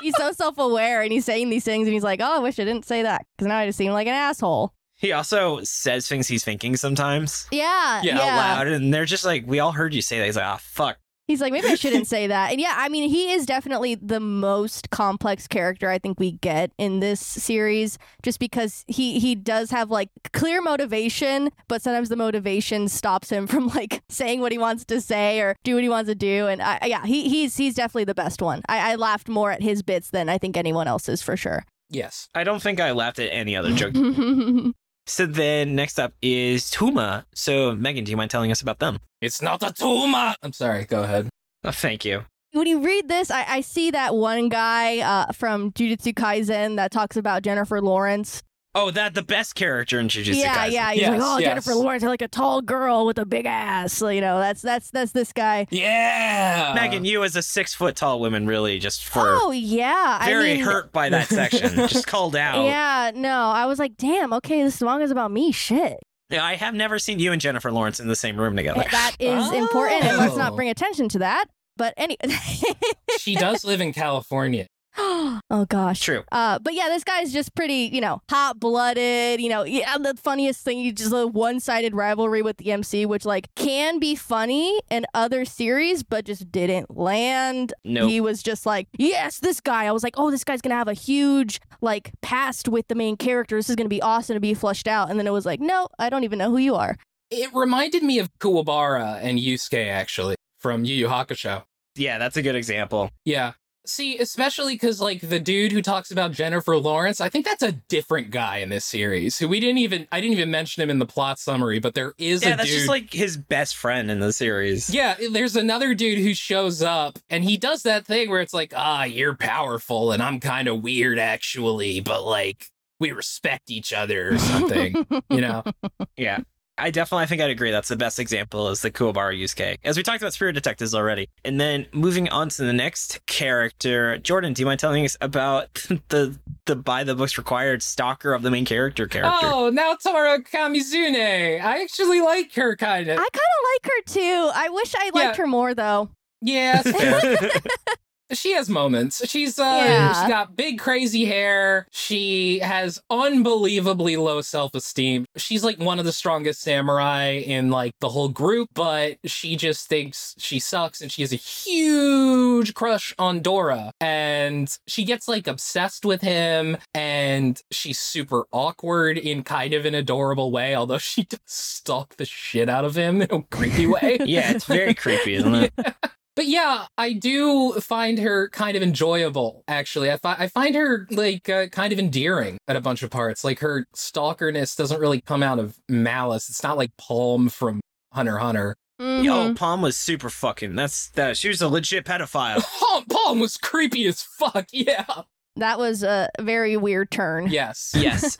Speaker 3: He's so self aware and he's saying these things and he's like, oh, I wish I didn't say that because now I just seem like an asshole.
Speaker 1: he also says things he's thinking sometimes
Speaker 3: Yeah.
Speaker 2: Yeah,
Speaker 1: out loud, and they're just like, "We all heard you say that." He's like, "Ah, fuck."
Speaker 3: He's like, maybe I shouldn't say that. And yeah, I mean, he is definitely the most complex character I think we get in this series, just because he he does have like clear motivation, but sometimes the motivation stops him from like saying what he wants to say or do what he wants to do. And I, yeah, he he's he's definitely the best one. I, I laughed more at his bits than I think anyone else's for sure.
Speaker 2: Yes.
Speaker 1: I don't think I laughed at any other joke. so then next up is Tuma. So Megan, do you mind telling us about them?
Speaker 2: It's not a tumor. I'm sorry. Go ahead.
Speaker 1: Oh, thank you.
Speaker 3: when you read this, I, I see that one guy uh, from Jujutsu Kaisen that talks about Jennifer Lawrence
Speaker 1: Oh, that the best character in Jujutsu
Speaker 3: yeah,
Speaker 1: Kaisen.
Speaker 3: yeah. He's like,
Speaker 2: Yes,
Speaker 3: oh,
Speaker 2: yes.
Speaker 3: Jennifer Lawrence, I like a tall girl with a big ass. So, you know, that's that's that's this guy.
Speaker 2: Yeah.
Speaker 1: Uh, Megan, you as a six foot tall woman, really just for
Speaker 3: oh yeah,
Speaker 1: very
Speaker 3: I mean,
Speaker 1: hurt by that section, just called out.
Speaker 3: Yeah, no, I was like, damn, okay, this manga's about me. Shit,
Speaker 1: Yeah, I have never seen you and Jennifer Lawrence in the same room together.
Speaker 3: that is important. and let's not
Speaker 2: Oh.
Speaker 3: bring attention to that. But any,
Speaker 2: she does live in California.
Speaker 3: oh gosh.
Speaker 1: True.
Speaker 3: Uh, but yeah, this guy's just pretty, you know, hot blooded. You know, yeah. The funniest thing, you just the one sided rivalry with the MC, which like can be funny in other series, but just didn't land.
Speaker 1: Nope.
Speaker 3: He was just like, yes, this guy. I was like, oh, this guy's gonna have a huge like past with the main character. This is gonna be awesome to be flushed out. And then it was like, no, I don't even know who you are.
Speaker 2: It reminded me of Kuwabara and Yusuke, actually, from Yu Yu Hakusho.
Speaker 1: Yeah, that's a good example.
Speaker 2: Yeah. See, especially because, like, the dude who talks about Jennifer Lawrence, I think that's a different guy in this series who we didn't even, I didn't even mention him in the plot summary, but there is
Speaker 1: yeah,
Speaker 2: a
Speaker 1: that's
Speaker 2: dude.
Speaker 1: just like his best friend in the series.
Speaker 2: yeah, there's another dude who shows up and he does that thing where it's like, ah, you're powerful and I'm kind of weird, actually, but like, we respect each other or something, you know?
Speaker 1: Yeah. I definitely I think I'd agree that's the best example is the Kuwabara Yusuke. As we talked about spirit detectives already. And then moving on to the next character, Jordan, do you mind telling us about the the by the books required stalker of the main character character?
Speaker 2: Oh, now Tara Kamizune. I actually like her kind
Speaker 3: I
Speaker 2: of.
Speaker 3: kind of like her too. I wish I liked her more though.
Speaker 2: Yeah,
Speaker 1: Yeah.
Speaker 2: she has moments. She's uh
Speaker 3: Yeah.
Speaker 2: she's got big crazy hair. She has unbelievably low self-esteem. She's like one of the strongest samurai in like the whole group, but she just thinks she sucks and she has a huge crush on Dora and she gets like obsessed with him and she's super awkward in kind of an adorable way, although she does stalk the shit out of him in a creepy way.
Speaker 1: yeah, it's very creepy, isn't it?
Speaker 2: But yeah, I do find her kind of enjoyable. Actually, I, fi- I find her like uh, kind of endearing at a bunch of parts. Like her stalkerness doesn't really come out of malice. It's not like Palm from Hunter x Hunter.
Speaker 1: Yo, Palm was super fucking. That's that. She was a legit pedophile.
Speaker 2: Palm, Palm was creepy as fuck. Yeah.
Speaker 3: That was a very weird turn.
Speaker 2: Yes.
Speaker 1: yes.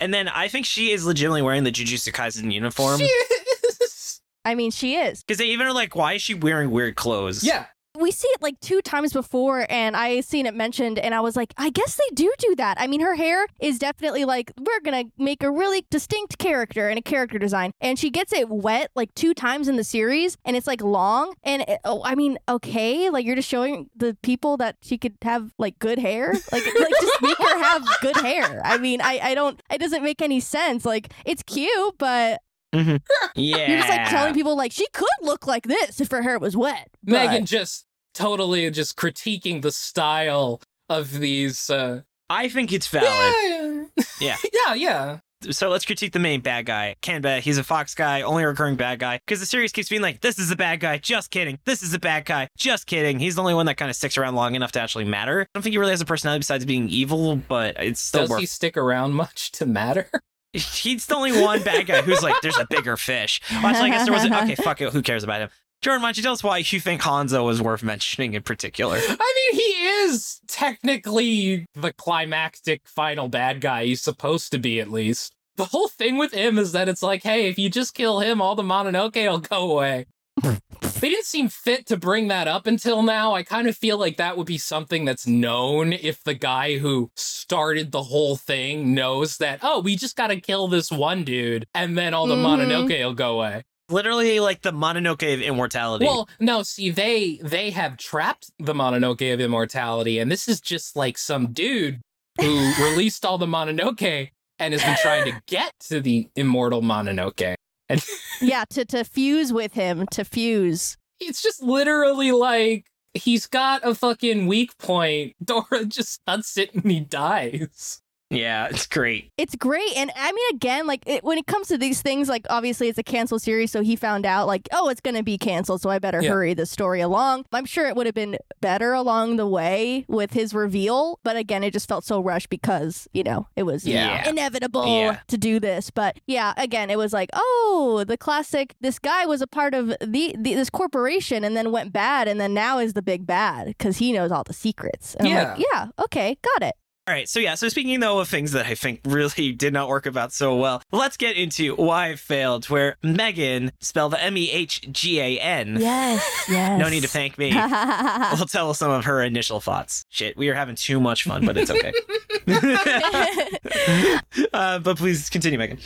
Speaker 1: And then I think she is legitimately wearing the Jujutsu Kaisen uniform
Speaker 2: She is.
Speaker 3: I mean, she is.
Speaker 1: because they even are like, why is she wearing weird clothes?
Speaker 2: Yeah.
Speaker 3: we see it like two times before and i seen it mentioned and i was like i guess they do do that i mean her hair is definitely like we're gonna make a really distinct character and a character design and she gets it wet like two times in the series and it's like long and it- oh, i mean okay like you're just showing the people that she could have like good hair like, like just make her have good hair i mean i i don't it doesn't make any sense like it's cute but
Speaker 1: Yeah.
Speaker 3: You're just like telling people like she could look like this if her hair was wet. but-
Speaker 2: Megan just totally just critiquing the style of these. Uh,
Speaker 1: I think it's valid.
Speaker 2: yeah,
Speaker 1: Yeah.
Speaker 2: yeah, yeah.
Speaker 1: So let's critique the main bad guy, Kanba. He's a fox guy, only recurring bad guy. Because the series keeps being like, this is a bad guy, just kidding. This is a bad guy, just kidding. He's the only one that kind of sticks around long enough to actually matter. I don't think he really has a personality besides being evil, but it's still
Speaker 2: Does
Speaker 1: worth
Speaker 2: he stick around much to matter?
Speaker 1: He's the only one bad guy who's like, there's a bigger fish. Well, actually, I guess there wasn't. Okay, fuck it. Who cares about him? Jordan, why don't you tell us why you think Hanzo was worth mentioning in particular?
Speaker 2: I mean, he is technically the climactic final bad guy. He's supposed to be, at least. The whole thing with him is that it's like, hey, if you just kill him, all the Mononoke will go away. they didn't seem fit to bring that up until now. I kind of feel like that would be something that's known if the guy who started the whole thing knows that, oh, we just got to kill this one dude and then all the
Speaker 3: Mhm.
Speaker 2: Mononoke will go away.
Speaker 1: Literally, like the Mononoke of immortality.
Speaker 2: Well, no, see, they they have trapped the Mononoke of immortality, and this is just like some dude who released all the Mononoke and has been trying to get to the immortal Mononoke.
Speaker 3: yeah, to to fuse with him, to fuse.
Speaker 2: It's just literally like he's got a fucking weak point. Dora just cuts it and he dies.
Speaker 1: yeah, it's great.
Speaker 3: It's great, and I mean, again, like it, when it comes to these things, like obviously it's a canceled series, so he found out like, oh, it's gonna be canceled, so I better
Speaker 2: Yeah.
Speaker 3: hurry the story along. I'm sure it would have been better along the way with his reveal, but again, it just felt so rushed because you know it was
Speaker 2: Yeah.
Speaker 3: inevitable
Speaker 1: Yeah.
Speaker 3: to do this. But yeah, again, it was like, oh, the classic. This guy was a part of the, the this corporation and then went bad, and then now is the big bad because he knows all the secrets. And I'm like, yeah, okay, got it.
Speaker 1: All right, so yeah, so speaking though of things that I think really did not work about so well, let's get into why it failed, where Megan, spell the M E H G A N.
Speaker 3: Yes, yes.
Speaker 1: No need to thank me. we'll tell some of her initial thoughts. Shit, we are having too much fun, but it's okay. uh, but please continue, Megan.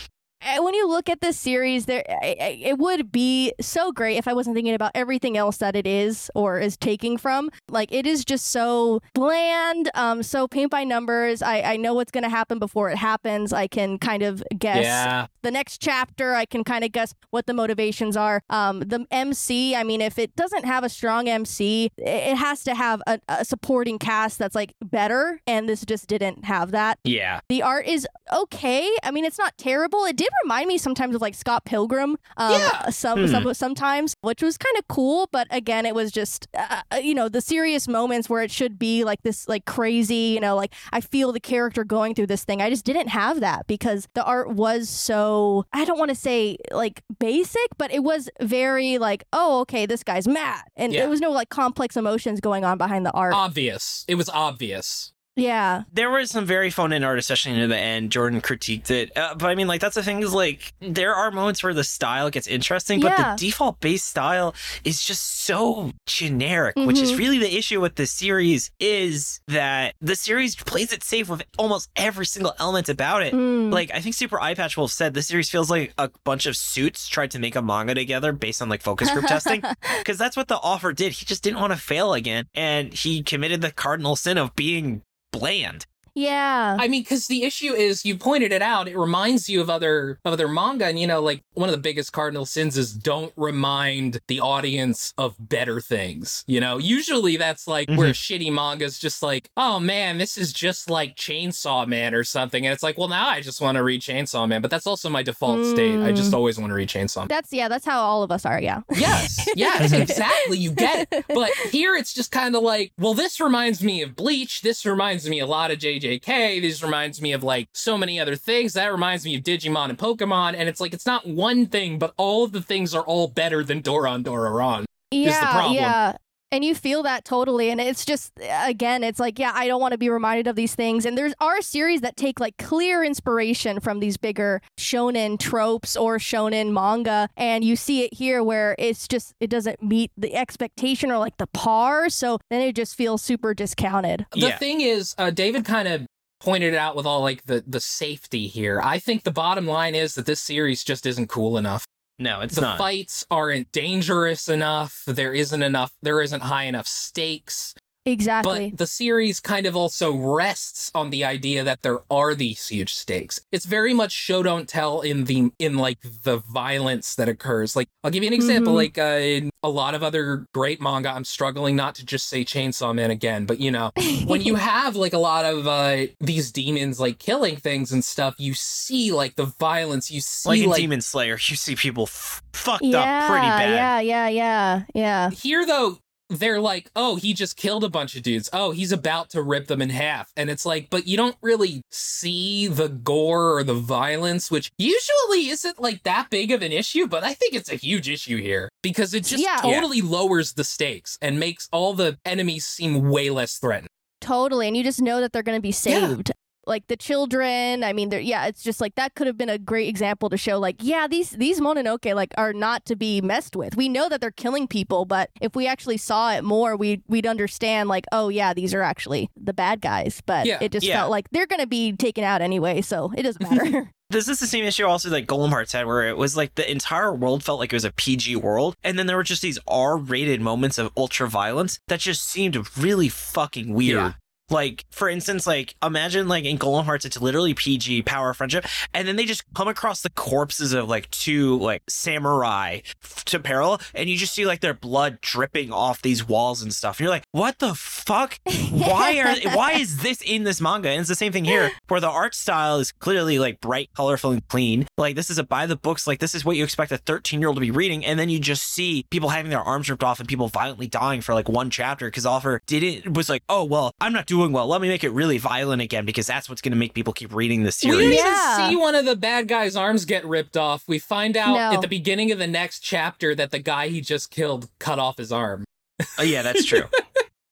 Speaker 3: And when you look at this series, there I- I- it would be so great if I wasn't thinking about everything else that it is or is taking from. Like it is just so bland, um, so paint by numbers. I, I know what's going to happen before it happens. I can kind of guess
Speaker 2: Yeah.
Speaker 3: the next chapter. I can kind of guess what the motivations are. Um, the MC, I mean, if it doesn't have a strong MC, it- it has to have a, a supporting cast that's like better. And this just didn't have that.
Speaker 1: Yeah.
Speaker 3: The art is okay. I mean, it's not terrible. It did remind me sometimes of like Scott Pilgrim. Um,
Speaker 2: Yeah.
Speaker 1: Hmm.
Speaker 3: Some, some sometimes, which was kind of cool. But again, it was just uh, uh, you know the serious moments where it should be like this, like crazy. You know, like I feel the character going through this thing. I just didn't have that because the art was so I don't want to say like basic, but it was very like oh okay this guy's mad, and
Speaker 2: Yeah. Uh,
Speaker 3: there was no like complex emotions going on behind the art.
Speaker 2: Obvious. It was obvious.
Speaker 3: yeah.
Speaker 1: There was some very phone in art, especially near the end. Jordan critiqued it. Uh, but I mean, like, that's the thing is, like, there are moments where the style gets interesting, but
Speaker 3: Yeah.
Speaker 1: the default base style is just so generic, which is
Speaker 3: Mhm.
Speaker 1: really the issue with this series is that the series plays it safe with almost every single element about it.
Speaker 3: Mm.
Speaker 1: Like I think Super Eye Patch Wolf said, this series feels like a bunch of suits tried to make a manga together based on like focus group testing, because that's what the author did. He just didn't want to fail again, and he committed the cardinal sin of being bland.
Speaker 3: yeah.
Speaker 2: I mean, because the issue is, you pointed it out. It reminds you of other of other manga, and you know, like one of the biggest cardinal sins is don't remind the audience of better things. You know, usually that's like where shitty manga's just like, oh man, this is just like Chainsaw Man or something, and it's like, well, now I just want to read Chainsaw Man, but that's also my default state. I just always want to read Chainsaw. Man.
Speaker 3: That's yeah, that's how all of us are, yeah.
Speaker 2: Yes, yes, exactly. You get it. But here it's just kind of like, well, this reminds me of Bleach. This reminds me a lot of JJK. This reminds me of like so many other things. That reminds me of Digimon and Pokemon. And it's like, it's not one thing, but all of the things are all better than Doron Dororon.
Speaker 3: Yeah,
Speaker 2: the problem.
Speaker 3: yeah. And you feel that totally and it's just again, it's like, yeah, I don't want to be reminded of these things. And there's are series that take like clear inspiration from these bigger shonen tropes or shonen manga and you see it here where it's just it doesn't meet the expectation or like the par, so then it just feels super discounted.
Speaker 2: The
Speaker 1: Yeah.
Speaker 2: thing is, uh, David kind of pointed it out with all like the, the safety here. I think the bottom line is that this series just isn't cool enough.
Speaker 1: No, it's
Speaker 2: the
Speaker 1: not.
Speaker 2: fights aren't dangerous enough. There isn't enough. There isn't high enough stakes.
Speaker 3: Exactly.
Speaker 2: But the series kind of also rests on the idea that there are these huge stakes. It's very much show don't tell in the in like the violence that occurs. Like I'll give you an example.
Speaker 3: Mhm.
Speaker 2: Like uh, in a lot of other great manga, I'm struggling not to just say Chainsaw Man again, but you know, when you have like a lot of uh, these demons like killing things and stuff, you see like the violence. You
Speaker 1: Like
Speaker 2: see
Speaker 1: in
Speaker 2: like
Speaker 1: Demon Slayer, you see people f- fucked
Speaker 3: yeah,
Speaker 1: up pretty bad.
Speaker 3: yeah, yeah, yeah, yeah.
Speaker 2: here though they're like oh he just killed a bunch of dudes oh he's about to rip them in half and it's like but you don't really see the gore or the violence which usually isn't like that big of an issue but i think it's a huge issue here because it just
Speaker 3: Yeah.
Speaker 2: totally lowers the stakes and makes all the enemies seem way less threatened
Speaker 3: Totally. And you just know that they're going to be
Speaker 2: Yeah.
Speaker 3: saved. Like the children, I mean, they're, yeah, it's just like that could have been a great example to show, like, yeah, these these Mononoke like are not to be messed with. We know that they're killing people, but if we actually saw it more, we we'd understand, like, oh yeah, these are actually the bad guys. But
Speaker 2: Yeah.
Speaker 3: it just
Speaker 1: Yeah.
Speaker 3: felt like they're gonna be taken out anyway, so it doesn't matter.
Speaker 1: This is the same issue also that Golem Hearts had, where it was like the entire world felt like it was a PG world, and then there were just these R-rated moments of ultra violence that just seemed really fucking weird.
Speaker 2: Yeah.
Speaker 1: Like, for instance, like imagine like in Golem Hearts, it's literally PG power of friendship, and then they just come across the corpses of like two like samurai f- to peril, and you just see like their blood dripping off these walls and stuff. And you're like, what the fuck? why are why is this in this manga? And it's the same thing here, where the art style is clearly like bright, colorful, and clean. Like this is a by the books, like this is what you expect a 13 year old to be reading, and then you just see people having their arms ripped off and people violently dying for like one chapter because author didn't was like, oh well, I'm not doing well. Let me make it really violent again because that's what's gonna make people keep reading this
Speaker 2: We didn't
Speaker 1: series.
Speaker 3: Yeah.
Speaker 2: even see one of the bad guy's arms get ripped off. We find out
Speaker 3: No.
Speaker 2: at the beginning of the next chapter that the guy he just killed cut off his arm.
Speaker 1: Oh, yeah, that's true.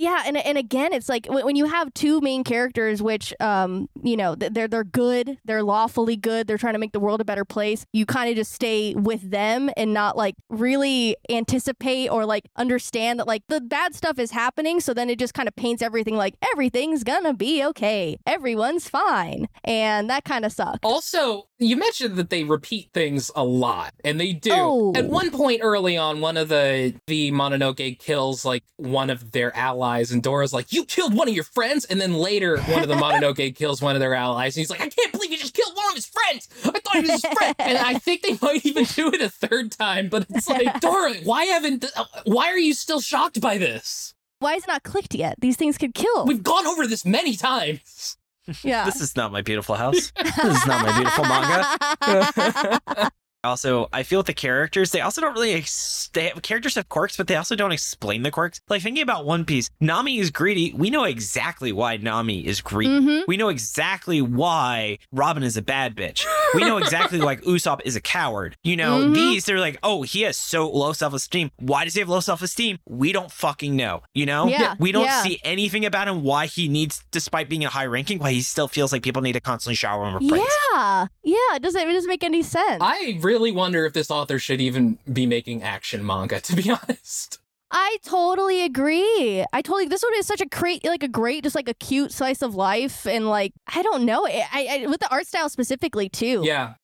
Speaker 3: Yeah, and and again, it's like when when you have two main characters, which um, you know, th- they're they're good, they're lawfully good, they're trying to make the world a better place. You kind of just stay with them and not like really anticipate or like understand that like the bad stuff is happening. So then it just kind of paints everything like everything's gonna be okay, everyone's fine, and that kind of sucks.
Speaker 2: Also, you mentioned that they repeat things a lot, and they do.
Speaker 3: Oh.
Speaker 2: At one point early on, one of the the Mononoke kills like one of their allies, and Dora's like, "You killed one of your friends," and then later, one of the Mononoke kills one of their allies, and he's like, "I can't believe you just killed one of his friends. I thought he was his friend." And I think they might even do it a third time, but it's like, Dora, why haven't? th- uh, Why are you still shocked by this?
Speaker 3: Why is it not clicked yet? These things could kill.
Speaker 2: We've gone over this many times.
Speaker 3: yeah,
Speaker 1: This is not my beautiful house. this is not my beautiful manga. also i feel with the characters they also don't really ex- they have characters have quirks but they also don't explain the quirks like thinking about one piece nami is greedy we know exactly why nami is greedy
Speaker 3: mm-hmm.
Speaker 1: we know exactly why robin is a bad bitch we know exactly like usopp is a coward you know
Speaker 3: Mhm.
Speaker 1: these they're like oh he has so low self-esteem why does he have low self-esteem we don't fucking know you know
Speaker 3: Yeah,
Speaker 1: we don't
Speaker 3: yeah.
Speaker 1: see anything about him why he needs despite being a high ranking why he still feels like people need to constantly shower him with praise
Speaker 3: Yeah, yeah. It doesn't it doesn't make any sense?
Speaker 2: I really wonder if this author should even be making action manga, to be honest.
Speaker 3: I totally agree. I totally. This would be such a great, like a great, just like a cute slice of life, and like I don't know, I, I I- with the art style specifically too.
Speaker 2: Yeah.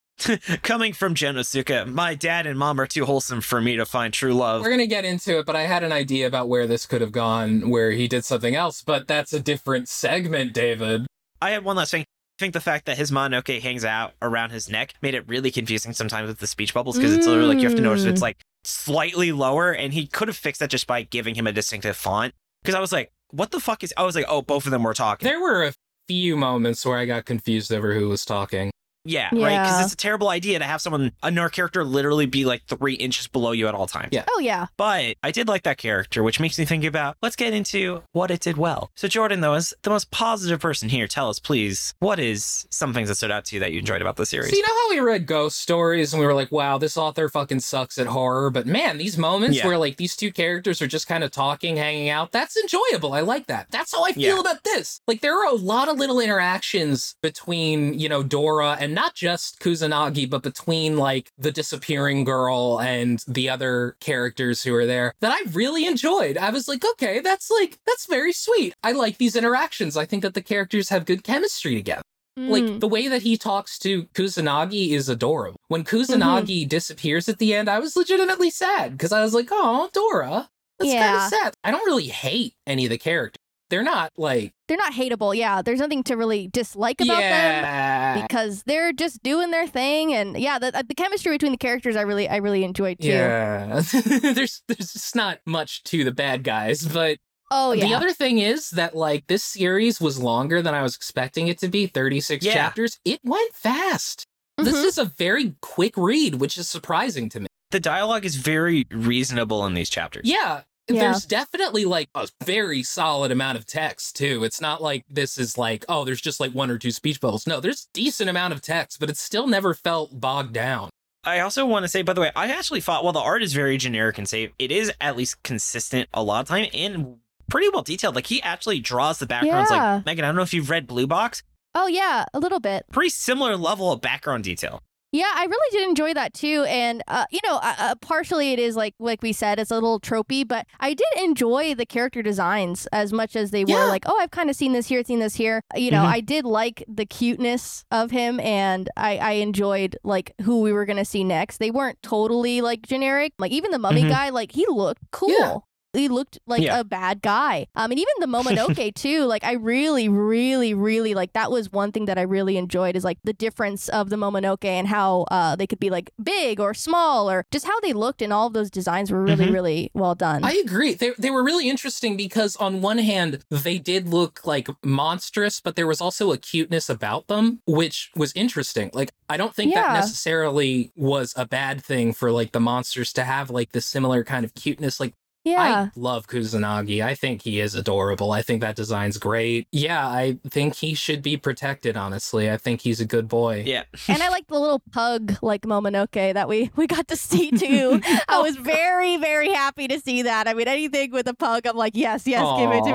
Speaker 1: Coming from Genosuke, my dad and mom are too wholesome for me to find true love.
Speaker 2: We're going to get into it, but I had an idea about where this could have gone, where he did something else, but that's a different segment, David.
Speaker 1: I had one last thing. I think the fact that his monoke hangs out around his neck made it really confusing sometimes with the speech bubbles because it's literally like you have to notice
Speaker 3: Mm.
Speaker 1: it's like slightly lower, and he could have fixed that just by giving him a distinctive font. Because I was like, what the fuck is. I was like, oh, both of them were talking.
Speaker 2: There were a few moments where I got confused over who was talking.
Speaker 1: yeah, right? Because
Speaker 3: Yeah.
Speaker 1: it's a terrible idea to have someone, a nerd character, literally be like three inches below you at all times.
Speaker 2: Yeah.
Speaker 3: Oh yeah.
Speaker 1: But I did like that character, which makes me think about let's get into what it did well. So, Jordan, though, is the most positive person here. Tell us, please, what is some things that stood out to you that you enjoyed about the series?
Speaker 2: So, you know how we read ghost stories and we were like, wow, this author fucking sucks at horror, but man, these moments
Speaker 1: Yeah.
Speaker 2: where like these two characters are just kind of talking, hanging out, that's enjoyable. I like that. That's how I feel
Speaker 1: Yeah.
Speaker 2: about this. Like, there are a lot of little interactions between, you know, Dora and not just Kusanagi, but between like the disappearing girl and the other characters who are there that I really enjoyed. I was like, okay, that's like, that's very sweet. I like these interactions. I think that the characters have good chemistry together. Like
Speaker 3: Mm.
Speaker 2: the way that he talks to Kusanagi is adorable. When
Speaker 3: Mm-hmm.
Speaker 2: Kusanagi disappears at the end, I was legitimately sad because I was like, "Oh, Dora, that's kind
Speaker 3: Yeah.
Speaker 2: of sad." I don't really hate any of the characters. they're not like
Speaker 3: They're not hateable. Yeah, there's nothing to really dislike about them
Speaker 2: yeah.
Speaker 3: because they're just doing their thing. And yeah, the, the chemistry between the characters, I really, I really enjoyed too.
Speaker 2: Yeah. there's there's just not much to the bad guys, but
Speaker 3: Oh yeah.
Speaker 2: the other thing is that like this series was longer than I was expecting it to be, 36
Speaker 1: Yeah.
Speaker 2: chapters. It went fast. This
Speaker 3: Mhm.
Speaker 2: is a very quick read, which is surprising to me.
Speaker 1: The dialogue is very reasonable in these chapters.
Speaker 2: Yeah.
Speaker 3: Yeah.
Speaker 2: There's definitely like a very solid amount of text too. It's not like this is like, oh, there's just like one or two speech bubbles. No, there's decent amount of text, but it still never felt bogged down.
Speaker 1: I also want to say, by the way, I actually thought while the art is very generic and safe, it is at least consistent a lot of time and pretty well detailed. Like he actually draws the backgrounds.
Speaker 3: Yeah.
Speaker 1: Like Megan, I don't know if you've read Blue Box.
Speaker 3: oh yeah, a little bit.
Speaker 1: Pretty similar level of background detail.
Speaker 3: Yeah, I really did enjoy that too, and uh, you know, uh, uh, partially it is like like we said, it's a little tropey, but I did enjoy the character designs as much as they
Speaker 2: Yeah. Mm-hmm.
Speaker 3: were like, oh, I've kind of seen this here, seen this here. You know,
Speaker 1: Mhm.
Speaker 3: I did like the cuteness of him, and I I enjoyed like who we were gonna see next. They weren't totally like generic, like even the mummy
Speaker 1: Mhm.
Speaker 3: guy, like he looked cool.
Speaker 2: Mm-hmm. Yeah.
Speaker 3: He looked like
Speaker 1: Yeah.
Speaker 3: a bad guy. Um, and even the Momonoke too. Like I really, really, really like that was one thing that I really enjoyed is like the difference of the Momonoke and how uh they could be like big or small or just how they looked and all of those designs were really,
Speaker 1: Mhm.
Speaker 3: really well done.
Speaker 2: I agree. They they were really interesting because on one hand, they did look like monstrous, but there was also a cuteness about them, which was interesting. Like I don't think that
Speaker 3: Yeah.
Speaker 2: necessarily was a bad thing for like the monsters to have like this similar kind of cuteness. Like
Speaker 3: yeah.
Speaker 2: I love Kusanagi. I think he is adorable. I think that design's great. Yeah, I think he should be protected, honestly. I think he's a good boy.
Speaker 1: Yeah.
Speaker 3: and I like the little pug like Momonoke that we we got to see too. I
Speaker 2: Oh.
Speaker 3: was very, very happy to see that. I mean anything with a pug, I'm like, yes, yes, give it to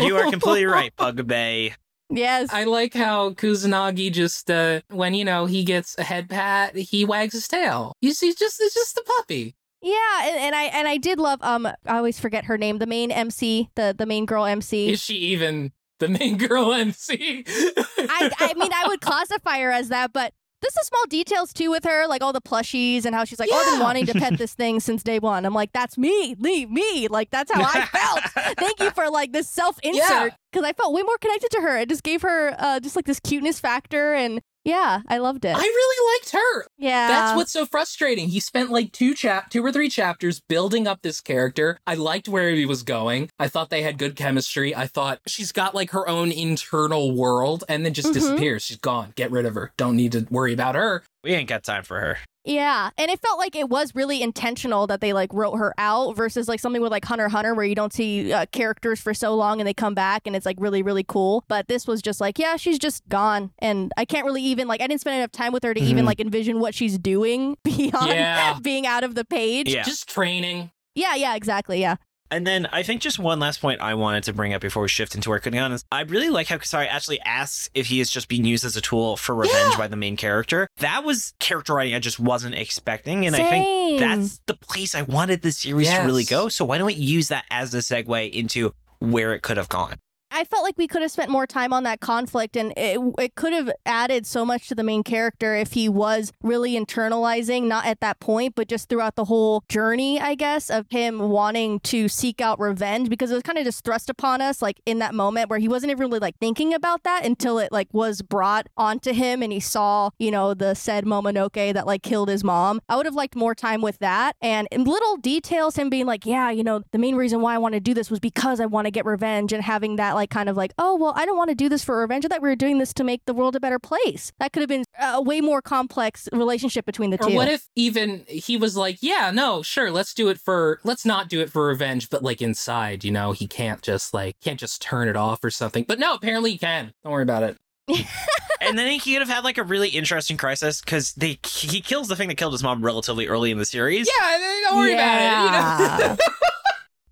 Speaker 3: me.
Speaker 1: You are completely right, Bugabay.
Speaker 3: yes.
Speaker 2: I like how Kusanagi just uh when you know he gets a head pat, he wags his tail. You see just it's just the puppy.
Speaker 3: Yeah, and, and I and I did love um I always forget her name, the main MC, the the main girl MC.
Speaker 2: Is she even the main girl MC?
Speaker 3: I I mean I would classify her as that, but this is small details too with her, like all the plushies and how she's like, oh, I've been
Speaker 2: Yeah.
Speaker 3: wanting to pet this thing since day one. I'm like, that's me, leave me. Like that's how I felt. Thank you for like this self
Speaker 2: Yeah.
Speaker 3: insert because I felt way more connected to her. It just gave her uh just like this cuteness factor, and yeah, I loved it.
Speaker 2: I really liked her.
Speaker 3: yeah,
Speaker 2: That's what's so frustrating. He spent like two chap two or three chapters building up this character. I liked where he was going. I thought they had good chemistry. I thought she's got like her own internal world and then just
Speaker 3: Mhm.
Speaker 2: disappears. She's gone. Get rid of her. Don't need to worry about her.
Speaker 1: We ain't got time for her.
Speaker 3: Yeah, and it felt like it was really intentional that they like wrote her out versus like something with like Hunter x Hunter where you don't see uh, characters for so long and they come back and it's like really really cool. But this was just like yeah, she's just gone, and I can't really even like I didn't spend enough time with her to even
Speaker 1: Mhm.
Speaker 3: like envision what she's doing beyond
Speaker 2: Yeah.
Speaker 3: being out of the page.
Speaker 1: Yeah.
Speaker 2: Just training.
Speaker 3: yeah, yeah, exactly, yeah.
Speaker 1: And then I think just one last point I wanted to bring up before we shift into our Kunyan is I really like how Kasari actually asks if he is just being used as a tool for revenge
Speaker 2: Yeah.
Speaker 1: by the main character. That was character writing I just wasn't expecting. And I think
Speaker 3: Same.
Speaker 1: that's the place I wanted the series to really
Speaker 2: Yes.
Speaker 1: go. So why don't we use that as a segue into where it could have gone?
Speaker 3: I felt like we could have spent more time on that conflict, and it, it could have added so much to the main character if he was really internalizing, not at that point, but just throughout the whole journey, I guess, of him wanting to seek out revenge because it was kind of just thrust upon us, like in that moment where he wasn't even really like thinking about that until it like was brought onto him and he saw, you know, the said Momonoke that like killed his mom. I would have liked more time with that and in little details, him being like, yeah, you know, the main reason why I want to do this was because I want to get revenge and having that like kind of like, oh, well, I don't want to do this for revenge. I thought we were doing this to make the world a better place. That could have been a way more complex relationship between the
Speaker 2: Or
Speaker 3: two.
Speaker 2: what if even he was like, yeah, no, sure, let's do it for let's not do it for revenge, but like inside, you know, he can't just like can't just turn it off or something. But no, apparently he can. Don't worry about it.
Speaker 1: and then he could have had like a really interesting crisis because they he kills the thing that killed his mom relatively early in the series.
Speaker 2: Yeah, don't worry about it. You know?
Speaker 3: Yeah.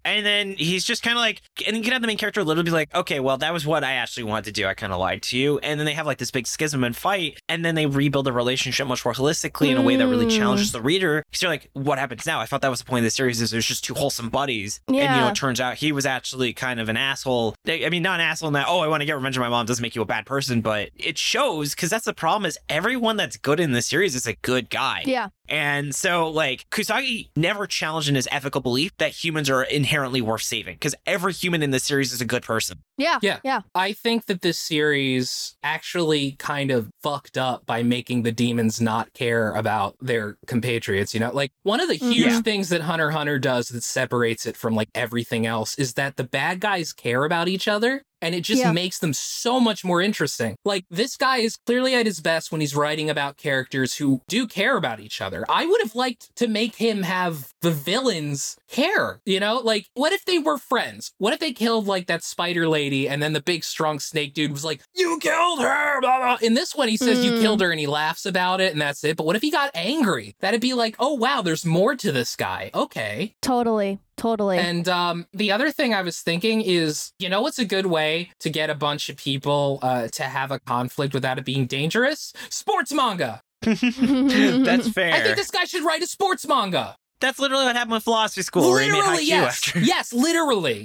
Speaker 1: And then he's just kind of like, and you can have the main character literally be like, okay, well, that was what I actually wanted to do. I kind of lied to you. And then they have like this big schism and fight. And then they rebuild the relationship much more holistically in a way that really
Speaker 3: Mm.
Speaker 1: challenges the reader. Because you're like, what happens now? I thought that was the point of the series is there's just two wholesome buddies. And, you know,
Speaker 3: Yeah.
Speaker 1: it turns out he was actually kind of an asshole. I I mean, not an asshole in that, oh, I want to get revenge on my mom doesn't make you a bad person. But it shows because that's the problem is everyone that's good in this series is a good guy.
Speaker 3: yeah.
Speaker 1: And so, like, Kusagi never challenged in his ethical belief that humans are inherently worth saving because every human in this series is a good person.
Speaker 3: Yeah.
Speaker 2: Yeah.
Speaker 3: Yeah.
Speaker 2: I think that this series actually kind of fucked up by making the demons not care about their compatriots. You know, like one of the
Speaker 3: Mhm.
Speaker 2: huge
Speaker 1: Yeah.
Speaker 2: things that Hunter x Hunter does that separates it from like everything else is that the bad guys care about each other. And it just
Speaker 3: Yeah.
Speaker 2: makes them so much more interesting. Like, this guy is clearly at his best when he's writing about characters who do care about each other. I would have liked to make him have the villains care, you know? Like, what if they were friends? What if they killed, like, that spider lady and then the big, strong snake dude was like, You killed her! Blah, blah. In this one, he says, You
Speaker 3: Mm.
Speaker 2: killed her, and he laughs about it, and that's it. But what if he got angry? That'd be like, Oh, wow, there's more to this guy. Okay.
Speaker 3: Totally. Totally.
Speaker 2: And um, the other thing I was thinking is, you know, what's a good way to get a bunch of people uh, to have a conflict without it being dangerous? Sports manga.
Speaker 1: That's fair.
Speaker 2: I think this guy should write a sports manga.
Speaker 1: That's literally what happened with philosophy school. where he made
Speaker 2: literally,
Speaker 1: haiku
Speaker 2: yes,
Speaker 1: after.
Speaker 2: yes, literally.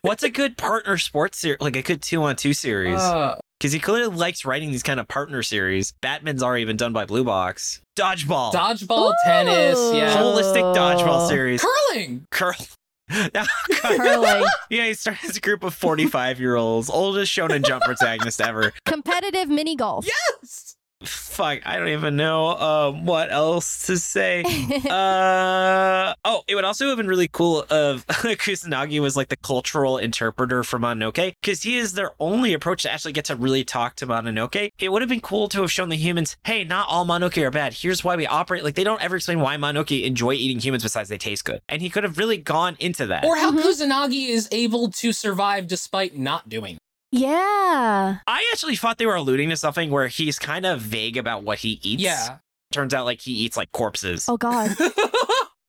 Speaker 1: What's a good partner sports series? Like a good two on two series?
Speaker 2: Uh,
Speaker 1: Because he clearly likes writing these kind of partner series. Batman's already been done by Blue Box. Dodgeball.
Speaker 2: dodgeball, tennis,
Speaker 3: Ooh.
Speaker 2: yeah,
Speaker 1: Holistic dodgeball
Speaker 3: Oh.
Speaker 1: series.
Speaker 2: curling.
Speaker 1: Curl.
Speaker 3: Curling.
Speaker 1: yeah, he started as a group of 45 year olds, oldest Shonen Jump protagonist ever.
Speaker 3: Competitive mini golf.
Speaker 2: Yes.
Speaker 1: Fuck, I don't even know um, what else to say. Uh oh! It would also have been really cool if Kusanagi was like the cultural interpreter for Mononoke, because he is their only approach to actually get to really talk to Mononoke. It would have been cool to have shown the humans, hey, not all Mononoke are bad. Here's why we operate. Like they don't ever explain why Mononoke enjoy eating humans besides they taste good, and he could have really gone into that.
Speaker 2: Or how
Speaker 3: Mhm.
Speaker 2: Kusanagi is able to survive despite not doing. it.
Speaker 3: yeah.
Speaker 1: I actually thought they were alluding to something where he's kind of vague about what he eats.
Speaker 2: Yeah.
Speaker 1: Turns out like he eats like corpses.
Speaker 3: Oh God.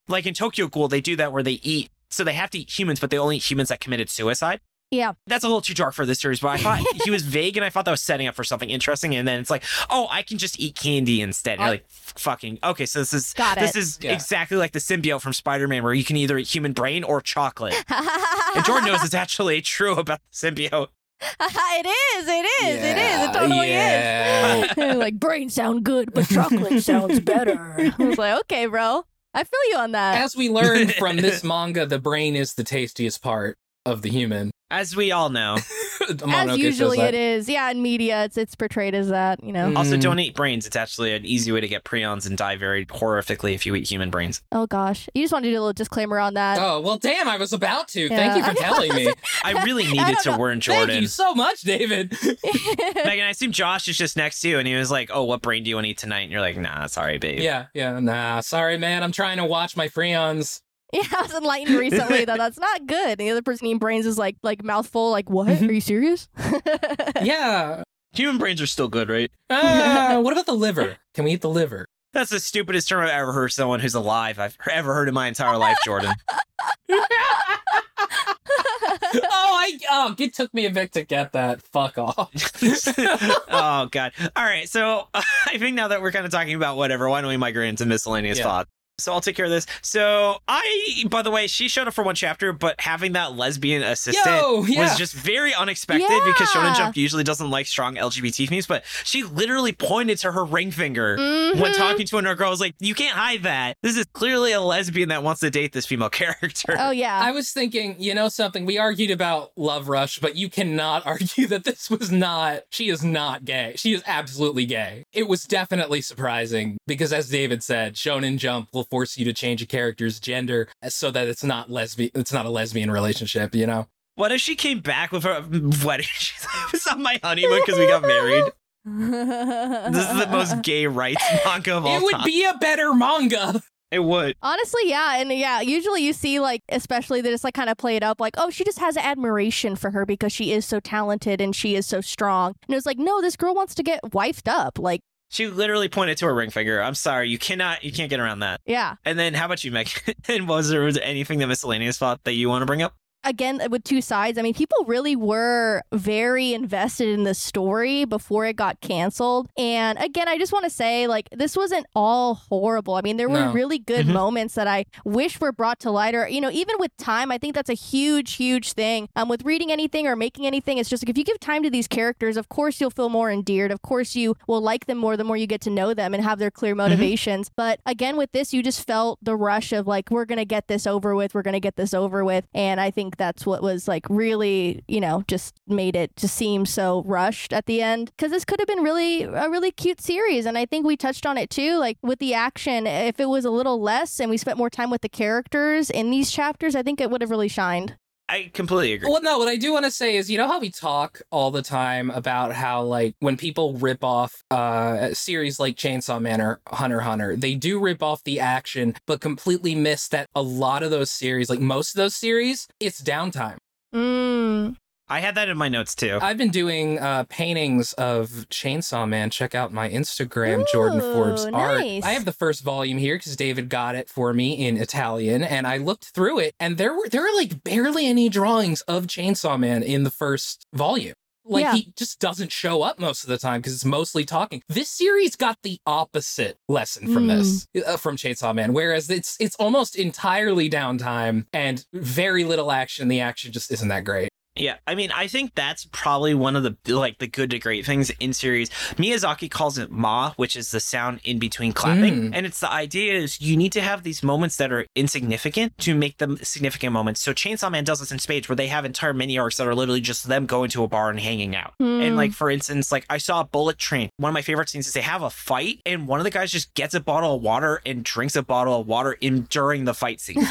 Speaker 1: Like in Tokyo Ghoul, they do that where they eat. So they have to eat humans, but they only eat humans that committed suicide.
Speaker 3: Yeah.
Speaker 1: that's a little too dark for this series, but I thought he was vague and I thought that was setting up for something interesting. And then it's like, oh, I can just eat candy instead. And you're
Speaker 2: I-
Speaker 1: like, "F- fucking, okay, so this is.
Speaker 3: Got
Speaker 1: This
Speaker 3: it.
Speaker 1: is
Speaker 2: Yeah.
Speaker 1: exactly like the symbiote from Spider-Man, where you can either eat human brain or chocolate. And Jordan knows it's actually true about the symbiote.
Speaker 3: it is. It is. It is.
Speaker 2: Yeah,
Speaker 3: It totally
Speaker 2: yeah.
Speaker 3: is. like brains sound good, but chocolate sounds better. I was like, okay, bro, I feel you on that.
Speaker 2: As we learned from this manga, the brain is the tastiest part of the human.
Speaker 1: As we all know.
Speaker 2: Mononoke
Speaker 3: As
Speaker 2: shows
Speaker 3: usually
Speaker 2: that.
Speaker 3: it is. Yeah, in media, it's it's portrayed as that. You know.
Speaker 2: Mm.
Speaker 1: Also, don't eat brains. It's actually an easy way to get prions and die very horrifically if you eat human brains.
Speaker 3: Oh gosh, you just wanted to do a little disclaimer on that.
Speaker 2: Oh, well, damn, I was about to. Thank you
Speaker 3: Yeah.
Speaker 2: for telling me.
Speaker 1: I really
Speaker 3: I
Speaker 1: needed
Speaker 3: don't
Speaker 1: to
Speaker 3: know.
Speaker 1: warn
Speaker 2: Thank
Speaker 1: Jordan.
Speaker 2: you so much, David.
Speaker 1: Oh. Megan, I assume Josh is just next to you, and he was like, "Oh, what brain do you want to eat tonight?" And you're like, "Nah, sorry, babe."
Speaker 2: yeah, yeah, nah. Sorry, man. I'm trying to watch my Freons.
Speaker 3: yeah, I was enlightened recently that that's not good. And the other person eating brains is like like mouthful. Like, what?
Speaker 1: Mm-hmm.
Speaker 2: Mhm.
Speaker 3: Are you serious?
Speaker 2: Yeah.
Speaker 1: Human brains are still good, right?
Speaker 2: Uh, what about the liver? Can we eat the liver?
Speaker 1: That's the stupidest term I've ever heard someone who's alive I've ever heard in my entire life, Jordan.
Speaker 2: Oh, I oh, it took me a bit to get that. Fuck off.
Speaker 1: oh god. All right, so I think now that we're kind of talking about whatever, why don't we migrate into miscellaneous
Speaker 2: Yeah.
Speaker 1: thoughts? So I'll take care of this. So I, by the way, she showed up for one chapter, but having that lesbian assistant
Speaker 2: Yo, yeah.
Speaker 1: was just very unexpected because Shonen Jump usually doesn't like strong LGBT themes, but she literally pointed to her ring finger when
Speaker 3: Mhm.
Speaker 2: Mm-hmm.
Speaker 1: talking to another girl. I was like, you can't hide that. This is clearly a lesbian that wants to date this female character.
Speaker 3: Oh yeah.
Speaker 2: I was thinking, you know something, we argued about Love Rush, but you cannot argue that this was not, she is not gay. She is absolutely gay. It was definitely surprising because, as David said, Shonen Jump will force you to change a character's gender so that it's not lesbian, it's not a lesbian relationship, you know?
Speaker 1: What if she came back with her wedding? She's like, it was on my honeymoon because we got married. This is the most gay rights manga of all
Speaker 2: It would
Speaker 1: time.
Speaker 2: be a better manga.
Speaker 1: it would.
Speaker 3: Honestly, yeah, and yeah. Usually, you see like, especially they just like kind of play it up, like, oh, she just has admiration for her because she is so talented and she is so strong. And it was like, no, this girl wants to get wifed up. Like,
Speaker 1: She literally pointed to her ring finger. I'm sorry, you cannot, you can't get around that.
Speaker 3: yeah.
Speaker 1: And then, how about you, Meg? and was there was there anything that miscellaneous thought that you want to bring up?
Speaker 3: again uh, with two sides. I mean, people really were very invested in this story before it got canceled. And again, I just want to say like this wasn't all horrible. I mean, there were
Speaker 2: No.
Speaker 3: really good
Speaker 1: Mhm.
Speaker 3: moments that I wish were brought to light or you know, even with time, I think that's a huge huge thing. Um with reading anything or making anything, it's just like if you give time to these characters, of course you'll feel more endeared. Of course you will like them more the more you get to know them and have their clear motivations. But again with this, you just felt the rush of like we're going to get this over with, we're going to get this over with. And I think that's what was like really, you know, just made it just seem so rushed at the end cuz this could have been really a really cute series and I think we touched on it too like with the action if it was a little less and we spent more time with the characters in these chapters, I think it would have really shined.
Speaker 1: I completely agree.
Speaker 2: Well, no, what I do want to say is, you know how we talk all the time about how, like, when people rip off uh, series like Chainsaw Man or Hunter x Hunter, they do rip off the action, but completely miss that a lot of those series, like most of those series, it's downtime.
Speaker 3: Mm.
Speaker 1: I had that in my notes too.
Speaker 2: I've been doing uh, paintings of Chainsaw Man. Check out my Instagram, Jordan
Speaker 3: Ooh,
Speaker 2: Forbes Art.
Speaker 3: nice.
Speaker 2: I have the first volume here because David got it for me in Italian, and I looked through it, and there were there are like barely any drawings of Chainsaw Man in the first volume. Like
Speaker 3: Yeah.
Speaker 2: he just doesn't show up most of the time because it's mostly talking. This series got the opposite lesson from
Speaker 3: Mm.
Speaker 2: this uh, from Chainsaw Man, whereas it's it's almost entirely downtime and very little action. The action just isn't that great.
Speaker 1: Yeah, I mean, I think that's probably one of the like the good to great things in series. Miyazaki calls it ma, which is the sound in between clapping,
Speaker 2: Mm.
Speaker 1: and it's the idea is you need to have these moments that are insignificant to make them significant moments. So Chainsaw Man does this in spades, where they have entire mini arcs that are literally just them going to a bar and hanging out. And
Speaker 3: Mm.
Speaker 1: like for instance, like I saw Bullet Train. One of my favorite scenes is they have a fight, and one of the guys just gets a bottle of water and drinks a bottle of water in during the fight scene.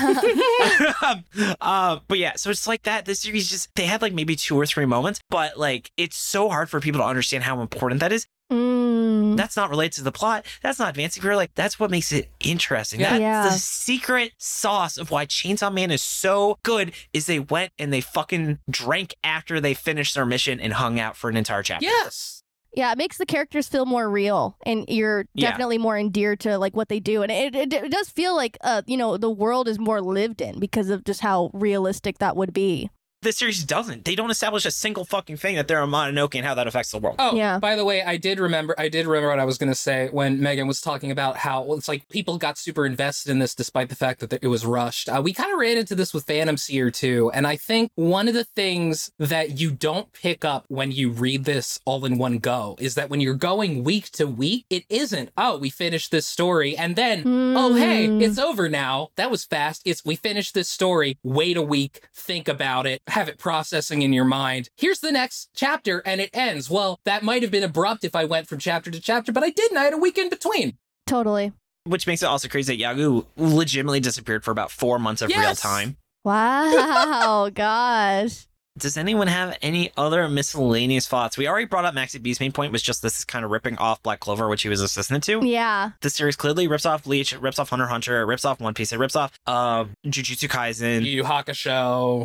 Speaker 1: um, uh, but yeah, so it's like that. This series just they had like maybe two or three moments, but like it's so hard for people to understand how important that is.
Speaker 3: Mm.
Speaker 1: That's not related to the plot. That's not advancing career. Like that's what makes it interesting.
Speaker 2: Yeah.
Speaker 1: That's
Speaker 3: Yeah.
Speaker 1: the secret sauce of why Chainsaw Man is so good. Is they went and they fucking drank after they finished their mission and hung out for an entire chapter.
Speaker 2: Yes.
Speaker 3: Yeah, it makes the characters feel more real, and you're
Speaker 1: Yeah.
Speaker 3: definitely more endeared to like what they do, and it, it, it does feel like uh you know the world is more lived in because of just how realistic that would be.
Speaker 1: This series doesn't. They don't establish a single fucking thing that they're a Mononoke and how that affects the world.
Speaker 2: Oh,
Speaker 3: Yeah.
Speaker 2: By the way, I did remember. I did remember what I was going to say when Megan was talking about how well, it's like people got super invested in this despite the fact that it was rushed. Uh, we kind of ran into this with Phantom Seer too, and I think one of the things that you don't pick up when you read this all in one go is that when you're going week to week, it isn't. Oh, we finished this story, and then oh hey
Speaker 3: Mm.
Speaker 2: it's over now that was fast it's we finished this story wait a week think about it have it processing in your mind here's the next chapter and it ends well that might have been abrupt if i went from chapter to chapter but i didn't i had a week in between
Speaker 3: totally
Speaker 1: Which makes it also crazy that Yagu legitimately disappeared for about four months of real
Speaker 2: Yes.
Speaker 1: time.
Speaker 3: wow, gosh,
Speaker 1: Does anyone have any other miscellaneous thoughts? We already brought up Maxi B's main point was just this is kind of ripping off Black Clover, which he was assistant to.
Speaker 2: Mm.
Speaker 3: yeah,
Speaker 1: This series clearly rips off Bleach, it rips off Hunter x Hunter, it rips off One Piece, it rips off um, Jujutsu
Speaker 2: Yu
Speaker 1: Kaisen,
Speaker 2: Yu Hakusho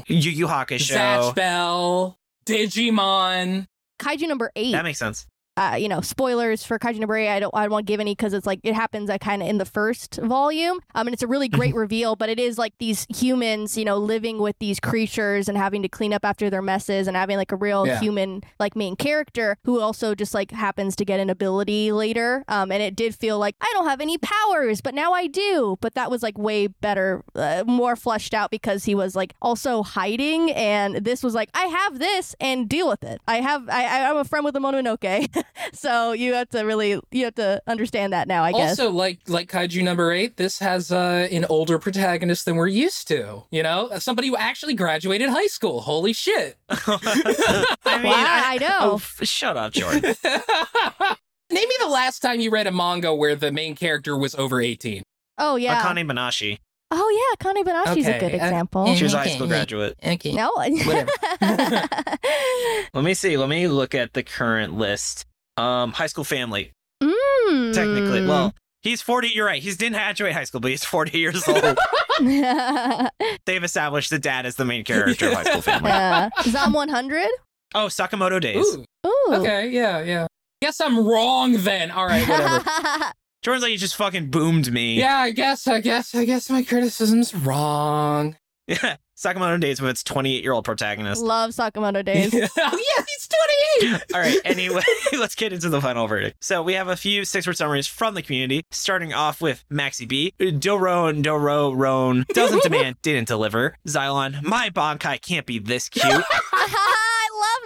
Speaker 1: Yu Yu Hakusho.
Speaker 2: Zatch Bell Digimon
Speaker 3: kaiju number eight.
Speaker 1: That makes sense.
Speaker 3: uh, you know, spoilers for Kaiju Number Eight. I don't, I won't give any because it's like it happens uh, kind of in the first volume. Um, and it's a really great reveal, but it is like these humans, you know, living with these creatures and having to clean up after their messes and having like a real
Speaker 2: Yeah.
Speaker 3: human like main character who also just like happens to get an ability later. Um, and it did feel like I don't have any powers, but now I do. But that was like way better, uh, more fleshed out because he was like also hiding, and this was like I have this and deal with it. I have I, I I'm a friend with the Mononoke. So you have to really you have to understand that now, I guess.
Speaker 2: also like like kaiju number eight this has uh, an older protagonist than we're used to you know somebody who actually graduated high school holy shit
Speaker 1: I mean,
Speaker 3: wow, I,
Speaker 1: oh,
Speaker 3: know.
Speaker 1: f- shut up, Jordan.
Speaker 2: Name me the last time you read a manga where the main character was over 18.
Speaker 3: Oh yeah.
Speaker 1: Akane Minashi.
Speaker 3: oh yeah, Connie Banashi's a
Speaker 2: Okay,
Speaker 3: good
Speaker 2: uh,
Speaker 3: example.
Speaker 1: She was a high
Speaker 2: Okay,
Speaker 1: school
Speaker 2: hey.
Speaker 1: graduate.
Speaker 2: Okay.
Speaker 3: no.
Speaker 2: Whatever.
Speaker 1: Let me see. Let me look at the current list. Um, high school family.
Speaker 3: Mm.
Speaker 1: Technically, well, he's forty. You're right. He's didn't graduate high school, but he's forty years old. They've established the dad is the main character of High School Family.
Speaker 3: yeah. Zom 100?
Speaker 1: Oh, Sakamoto Days.
Speaker 2: Ooh,
Speaker 3: Ooh.
Speaker 2: okay, yeah, yeah. Guess I'm wrong then. All right, whatever.
Speaker 1: Jordan's like, you just fucking boomed me.
Speaker 2: yeah, I guess, I guess, I guess my criticism's wrong.
Speaker 1: Yeah. Sakamoto Days with its 28 year old protagonist.
Speaker 3: Love Sakamoto
Speaker 2: oh yeah,
Speaker 3: Days.
Speaker 2: he's 28.
Speaker 1: All right. Anyway, let's get into the final verdict. So we have a few six word summaries from the community, starting off with Maxi B. Doron, Doro, Roan. Doesn't demand, didn't deliver. Xylon, my Bonkai can't be this cute.
Speaker 3: I love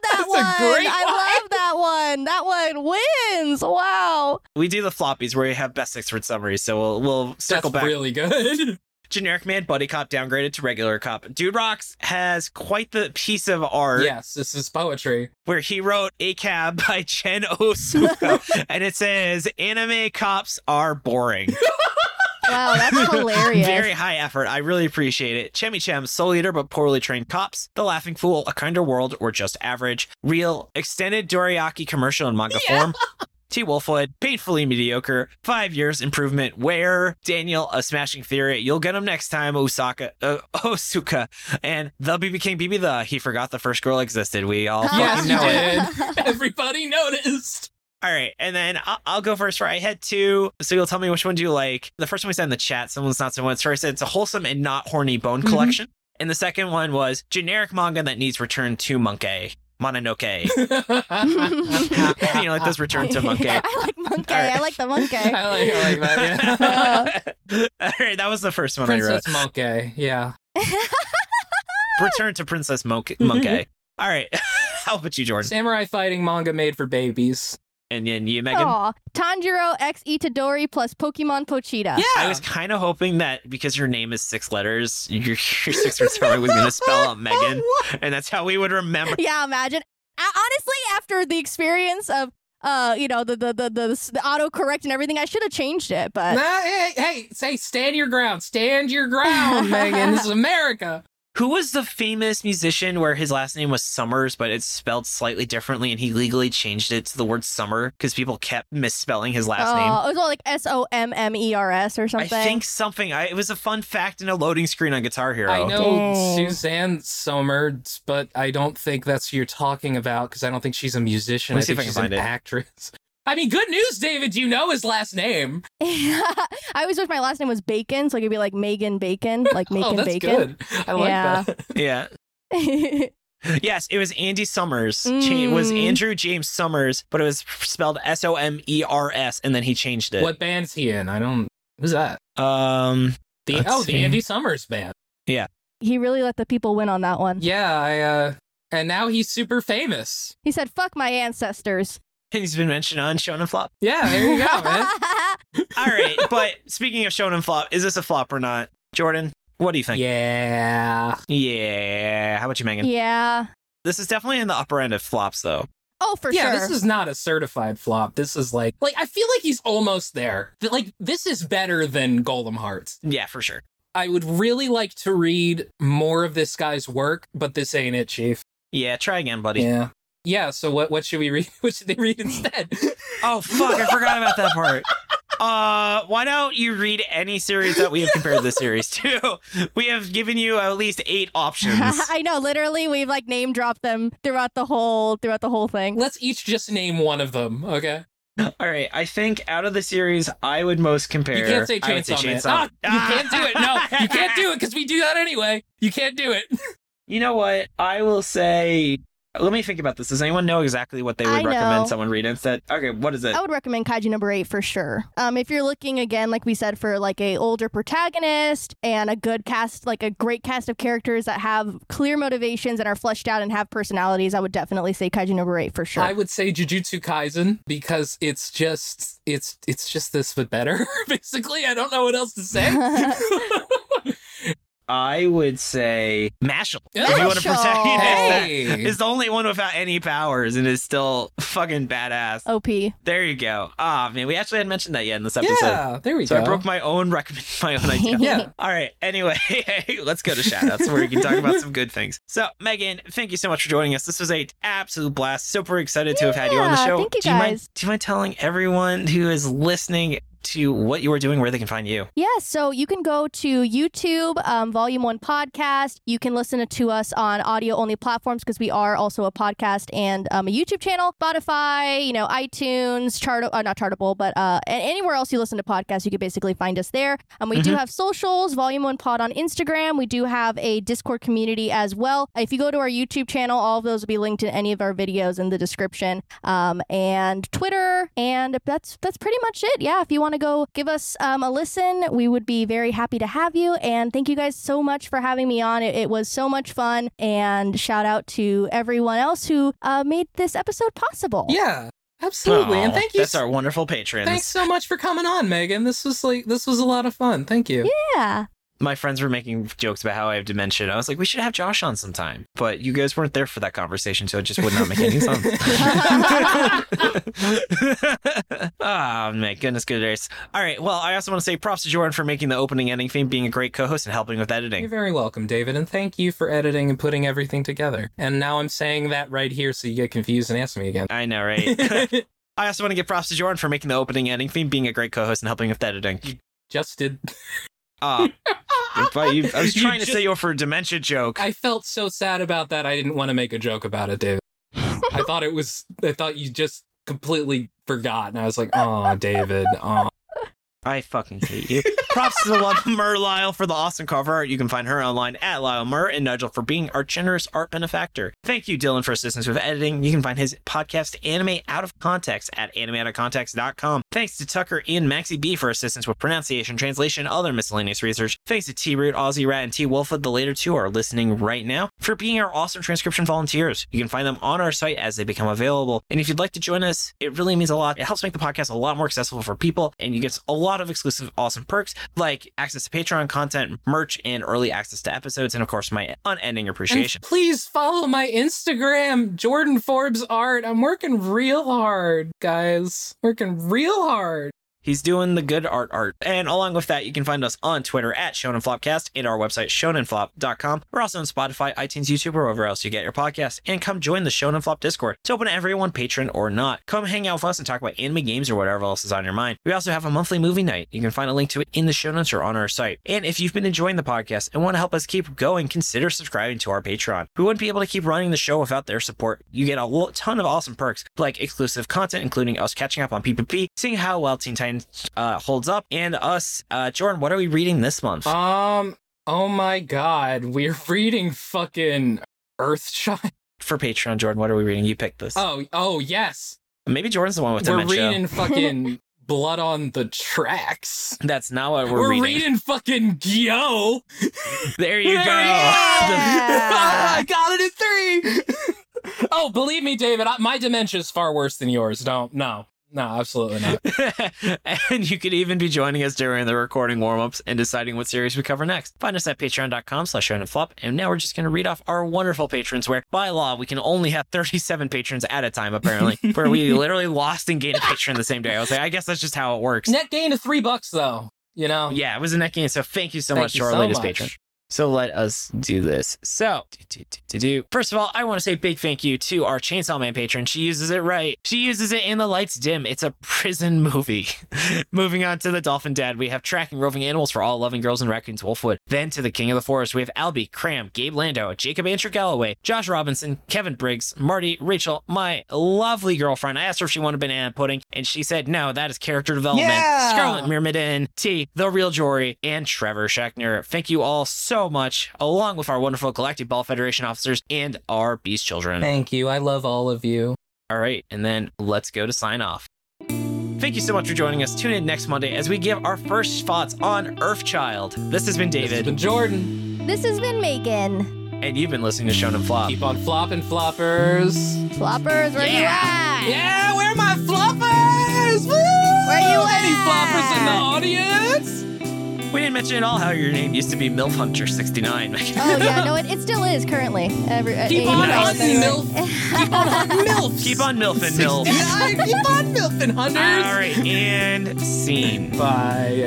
Speaker 3: that
Speaker 2: That's a
Speaker 3: one.
Speaker 2: great
Speaker 3: I
Speaker 2: one.
Speaker 3: love that one. That one wins. Wow.
Speaker 1: we do the floppies where we have best six word summaries. So we'll, we'll circle
Speaker 2: That's
Speaker 1: back.
Speaker 2: really good.
Speaker 1: Generic man, buddy cop downgraded to regular cop. Dude Rocks has quite the piece of art
Speaker 2: yes, this is poetry.
Speaker 1: where he wrote A Cab by Chen Osuka. and it says, anime cops are boring.
Speaker 3: Wow, that's hilarious.
Speaker 1: Very high effort. I really appreciate it. Chemi Chem, Soul Eater, but poorly trained cops. The Laughing Fool, A Kinder World, or Just Average. Real, extended Doriaki commercial in manga form. T. Wolfwood, painfully mediocre. Five years improvement. Where Daniel, a smashing theory. You'll get him next time. Osaka, uh, Osuka, and the BB King BB the. He forgot the first girl existed. We all
Speaker 3: Oh.
Speaker 2: Yes,
Speaker 1: fucking know it.
Speaker 2: you did. Everybody noticed.
Speaker 1: All right, and then I'll, I'll go first. For I had two, so you'll tell me which one do you like. The first one we said in the chat, someone's not someone's first. It's a wholesome and not horny bone
Speaker 2: Mhm.
Speaker 1: collection, and the second one was generic manga that needs return to monkey mononoke. you know, like those return to monkey.
Speaker 3: I like monkey.
Speaker 1: All right.
Speaker 3: I like the monkey.
Speaker 2: I like, I like that. Yeah.
Speaker 1: All right, that was the first one I wrote.
Speaker 2: Princess Monkey. Yeah.
Speaker 1: Return to Princess Monk-
Speaker 2: Mm-hmm.
Speaker 1: Monkey. All right, how about you, Jordan?
Speaker 2: Samurai fighting manga made for babies.
Speaker 1: And then you,
Speaker 2: Oh,
Speaker 1: Megan.
Speaker 3: Aw, Tanjiro X Itadori plus Pokemon Pochita.
Speaker 1: I was kind of hoping that because your name is six letters, your, your six or seven was going to spell out Megan,
Speaker 2: Oh,
Speaker 1: and that's how we would remember.
Speaker 3: Yeah, imagine. A- honestly, after the experience of uh, you know, the the the the, the autocorrect and everything, I should have changed it, but
Speaker 2: Nah, hey, hey, say, stand your ground. Stand your ground, Megan. This is America.
Speaker 1: Who was the famous musician where his last name was Summers, but it's spelled slightly differently, and he legally changed it to the word summer because people kept misspelling his last name?
Speaker 3: oh, it was all like S O M M E R S or something.
Speaker 1: I think something. I, it was a fun fact in a loading screen on Guitar Hero.
Speaker 2: I know
Speaker 3: Dang.
Speaker 2: Suzanne Somers, but I don't think that's who you're talking about because I don't think she's a musician.
Speaker 1: Let me see
Speaker 2: I
Speaker 1: if
Speaker 2: think
Speaker 1: I can
Speaker 2: she's
Speaker 1: find
Speaker 2: an
Speaker 1: it.
Speaker 2: actress. I mean, good news, David. You know his last name.
Speaker 3: I always wish my last name was Bacon, so I could be like Megan Bacon, like
Speaker 2: oh,
Speaker 3: Megan
Speaker 2: that's good.
Speaker 3: Bacon.
Speaker 2: I like
Speaker 3: Yeah.
Speaker 2: that.
Speaker 1: Yeah. Yes, it was Andy Summers. Cha- It was
Speaker 3: Mm.
Speaker 1: Andrew James Summers, but it was spelled S O M E R S, and then he changed it.
Speaker 2: What band's he in? I don't. Who's that?
Speaker 1: Um.
Speaker 2: The
Speaker 1: Let's
Speaker 2: oh,
Speaker 1: see.
Speaker 2: the Andy Summers band.
Speaker 3: he really let the people win on that one.
Speaker 2: Yeah, I. uh And now he's super famous.
Speaker 3: He said, "Fuck my ancestors."
Speaker 1: And he's been mentioned on Shonen Flop.
Speaker 2: Yeah, there you go, man.
Speaker 1: All right, but speaking of Shonen Flop, is this a flop or not? Jordan, what do you think?
Speaker 2: Yeah.
Speaker 1: Yeah. How about you, Megan?
Speaker 3: yeah.
Speaker 1: This is definitely in the upper end of flops, though.
Speaker 3: Oh, for
Speaker 2: yeah,
Speaker 3: sure.
Speaker 2: this is not a certified flop. This is like like I feel like he's almost there. Th- Like this is better than Golem Hearts.
Speaker 1: Yeah, for sure.
Speaker 2: I would really like to read more of this guy's work, but this ain't it, chief.
Speaker 1: Yeah, try again, buddy.
Speaker 2: Yeah. Yeah, so what what should we read? What should they read instead?
Speaker 1: Oh fuck, I forgot about that part. Uh, why don't you read any series that we have compared this series to? We have given you at least eight options.
Speaker 3: I know. Literally, we've like name dropped them throughout the whole throughout the whole thing.
Speaker 2: Let's each just name one of them, okay?
Speaker 1: All right, I think out of the series, I would most compare.
Speaker 2: You can't say
Speaker 1: I would
Speaker 2: Chainsaw, Man.
Speaker 1: Chainsaw-
Speaker 2: Ah, you can't do it. No, you can't do it because we do that anyway. You can't do it.
Speaker 1: You know what? I will say. Let me think about this. Does anyone know exactly what they would
Speaker 3: I know.
Speaker 1: recommend someone read instead? Okay, what is it?
Speaker 3: I would recommend Kaiju number eight for sure. Um, if you're looking again, like we said, for like a older protagonist and a good cast, like a great cast of characters that have clear motivations and are fleshed out and have personalities, I would definitely say Kaiju number eight for sure.
Speaker 2: I would say Jujutsu Kaisen because it's just it's it's just this but better. Basically, I don't know what else to say.
Speaker 1: I would say Mashal.
Speaker 2: Yeah.
Speaker 1: If you want to
Speaker 3: Mashal.
Speaker 1: protect it,
Speaker 2: hey,
Speaker 1: is the only one without any powers and is still fucking badass.
Speaker 3: Op.
Speaker 1: There you go. Ah, man, we actually hadn't mentioned that yet in this episode.
Speaker 2: yeah, there we
Speaker 1: So
Speaker 2: go.
Speaker 1: I broke my own recommend my own idea.
Speaker 2: Yeah.
Speaker 1: All right. Anyway, let's go to shoutouts where we can talk about some good things. So, Megan, thank you so much for joining us. This was a absolute blast. Super excited to have had you on the
Speaker 3: Yeah,
Speaker 1: show.
Speaker 3: thank you
Speaker 1: do you mind
Speaker 3: guys.
Speaker 1: do you mind telling everyone who is listening to what you are doing, where they can find you.
Speaker 3: Yeah, so you can go to YouTube, um, Volume One Podcast. You can listen to us on audio only platforms because we are also a podcast and um, a YouTube channel, Spotify, you know, iTunes, Chart, uh, not Chartable, but uh, a- anywhere else you listen to podcasts, you can basically find us there. Um, we do have socials, Volume One Pod on Instagram. We do have a Discord community as well. If you go to our YouTube channel, all of those will be linked in any of our videos in the description. Um, and Twitter, and that's that's pretty much it. Yeah, if you want to go give us um, a listen, we would be very happy to have you. And thank you guys so much for having me on. It, it was so much fun. And shout out to everyone else who uh, made this episode possible.
Speaker 2: Yeah, absolutely. and
Speaker 1: Aw,
Speaker 2: thank you.
Speaker 1: Oh, That's our wonderful patrons.
Speaker 2: Thanks so much for coming on, Megan. This was like this was a lot of fun. Thank you.
Speaker 3: Yeah.
Speaker 1: My friends were making jokes about how I have dementia. I was like, we should have Josh on sometime. But you guys weren't there for that conversation, so it just would not make any sense. oh my goodness goodness. All right. Well, I also want to say props to Jordan for making the opening ending theme, being a great co-host and helping with
Speaker 2: You're
Speaker 1: editing.
Speaker 2: very welcome, David, and thank you for editing and putting everything together. And now I'm saying that right here so you get confused and ask me again.
Speaker 1: I know, right? I also want to give props to Jordan for making the opening ending theme, being a great co-host and helping with editing.
Speaker 2: Just did
Speaker 1: Ah, but you, I was
Speaker 2: You
Speaker 1: trying to
Speaker 2: just-
Speaker 1: say you were for a dementia joke.
Speaker 2: I felt so sad about that I didn't want to make a joke about it, David. I thought it was I thought you just completely forgot and I was like, oh David, oh
Speaker 1: I fucking hate you. Props to the love Mur Lyle for the awesome cover art. You can find her online at Lyle Mur and Nigel for being our generous art benefactor. Thank you, Dylan, for assistance with editing. You can find his podcast, Anime Out of Context, at animeoutofcontext.com. Thanks to Tucker and Maxie B for assistance with pronunciation, translation, other miscellaneous research. Thanks to T Root, Aussie Rat, and T Wolfwood, the later two are listening right now, for being our awesome transcription volunteers. You can find them on our site as they become available. And if you'd like to join us, it really means a lot. It helps make the podcast a lot more accessible for people, and you get a lot of exclusive awesome perks like access to Patreon content, merch, and early access to episodes, and of course, my unending appreciation.
Speaker 2: And please follow my Instagram, Jordan Forbes Art. I'm working real hard, guys. Working real hard.
Speaker 1: He's doing the good art art. And along with that, you can find us on Twitter at ShonenFlopcast and our website, ShonenFlop.com. We're also on Spotify, iTunes, YouTube, or wherever else you get your podcast. And come join the Shonen Flop Discord. It's open to everyone, patron or not. Come hang out with us and talk about anime games or whatever else is on your mind. We also have a monthly movie night. You can find a link to it in the show notes or on our site. And if you've been enjoying the podcast and want to help us keep going, consider subscribing to our Patreon. We wouldn't be able to keep running the show without their support. You get a lo- ton of awesome perks like exclusive content, including us catching up on PPP, seeing how well Teen Titans uh, holds up, and us. Uh, Jordan, what are we reading this month?
Speaker 2: Um, oh my god, we're reading fucking Earthshine.
Speaker 1: For Patreon, Jordan, what are we reading? You picked this.
Speaker 2: Oh, oh yes.
Speaker 1: Maybe Jordan's the one with
Speaker 2: we're
Speaker 1: dementia.
Speaker 2: reading fucking Blood on the Tracks.
Speaker 1: That's not what we're,
Speaker 2: We're,
Speaker 1: reading.
Speaker 2: reading. fucking Gyo.
Speaker 1: There you
Speaker 2: There
Speaker 1: go.
Speaker 2: you
Speaker 3: Yeah.
Speaker 2: Oh. I got it in three. oh, believe me, David, I, my dementia is far worse than yours. Don't, no, no, absolutely not.
Speaker 1: and you could even be joining us during the recording warm-ups and deciding what series we cover next. Find us at patreon.com slash and flop. And now we're just going to read off our wonderful patrons where, by law, we can only have 37 patrons at a time, apparently, where we literally lost and gained a patron the same day. I was like, I guess that's just how it works.
Speaker 2: Net gain of three bucks, though. You know,
Speaker 1: Yeah, it was a net gain. So thank you so
Speaker 2: Thank
Speaker 1: much
Speaker 2: you
Speaker 1: to our
Speaker 2: so
Speaker 1: latest
Speaker 2: much.
Speaker 1: patron. So let us do this. So, do, do, do, do, do. first of all, I want to say big thank you to our Chainsaw Man patron. She uses it right. She uses it in the lights dim. It's a prison movie. Moving on to the Dolphin Dad, we have tracking roving animals for all loving girls and raccoons Wolfwood. Then to the King of the Forest, we have Albie, Cram, Gabe Lando, Jacob Andrew Galloway, Josh Robinson, Kevin Briggs, Marty, Rachel, my lovely girlfriend. I asked her if she wanted banana pudding, and she said no. That is character development.
Speaker 2: Yeah.
Speaker 1: Scarlet Myrmidon, T, The Real Jory, and Trevor Schechner. Thank you all so much, along with our wonderful Galactic Ball Federation officers and our Beast Children.
Speaker 2: Thank you. I love all of you.
Speaker 1: All right, and then let's go to sign off. Thank you so much for joining us. Tune in next Monday as we give our first thoughts on Earthchild. This has been
Speaker 2: This has
Speaker 1: David,
Speaker 2: been Jordan.
Speaker 3: This has been Megan.
Speaker 1: and you've been listening to Shonen Flop.
Speaker 2: Keep on flopping, floppers.
Speaker 3: Floppers, where you at?
Speaker 2: Yeah, where are my floppers? Woo!
Speaker 3: Where you
Speaker 2: Any floppers in the
Speaker 3: at?
Speaker 2: audience?
Speaker 1: We didn't mention at all how your name used to be MILF Hunter 69.
Speaker 3: Oh yeah, no, it, it still is currently. Every, uh,
Speaker 2: Keep
Speaker 3: eighty
Speaker 2: on
Speaker 3: minutes
Speaker 1: hunting,
Speaker 3: anyway.
Speaker 2: milf. Keep on hunting milfs.
Speaker 1: Keep on MILFing, MILF.
Speaker 2: Yeah, keep on milfing, hunters.
Speaker 1: All right, and scene.
Speaker 2: Bye.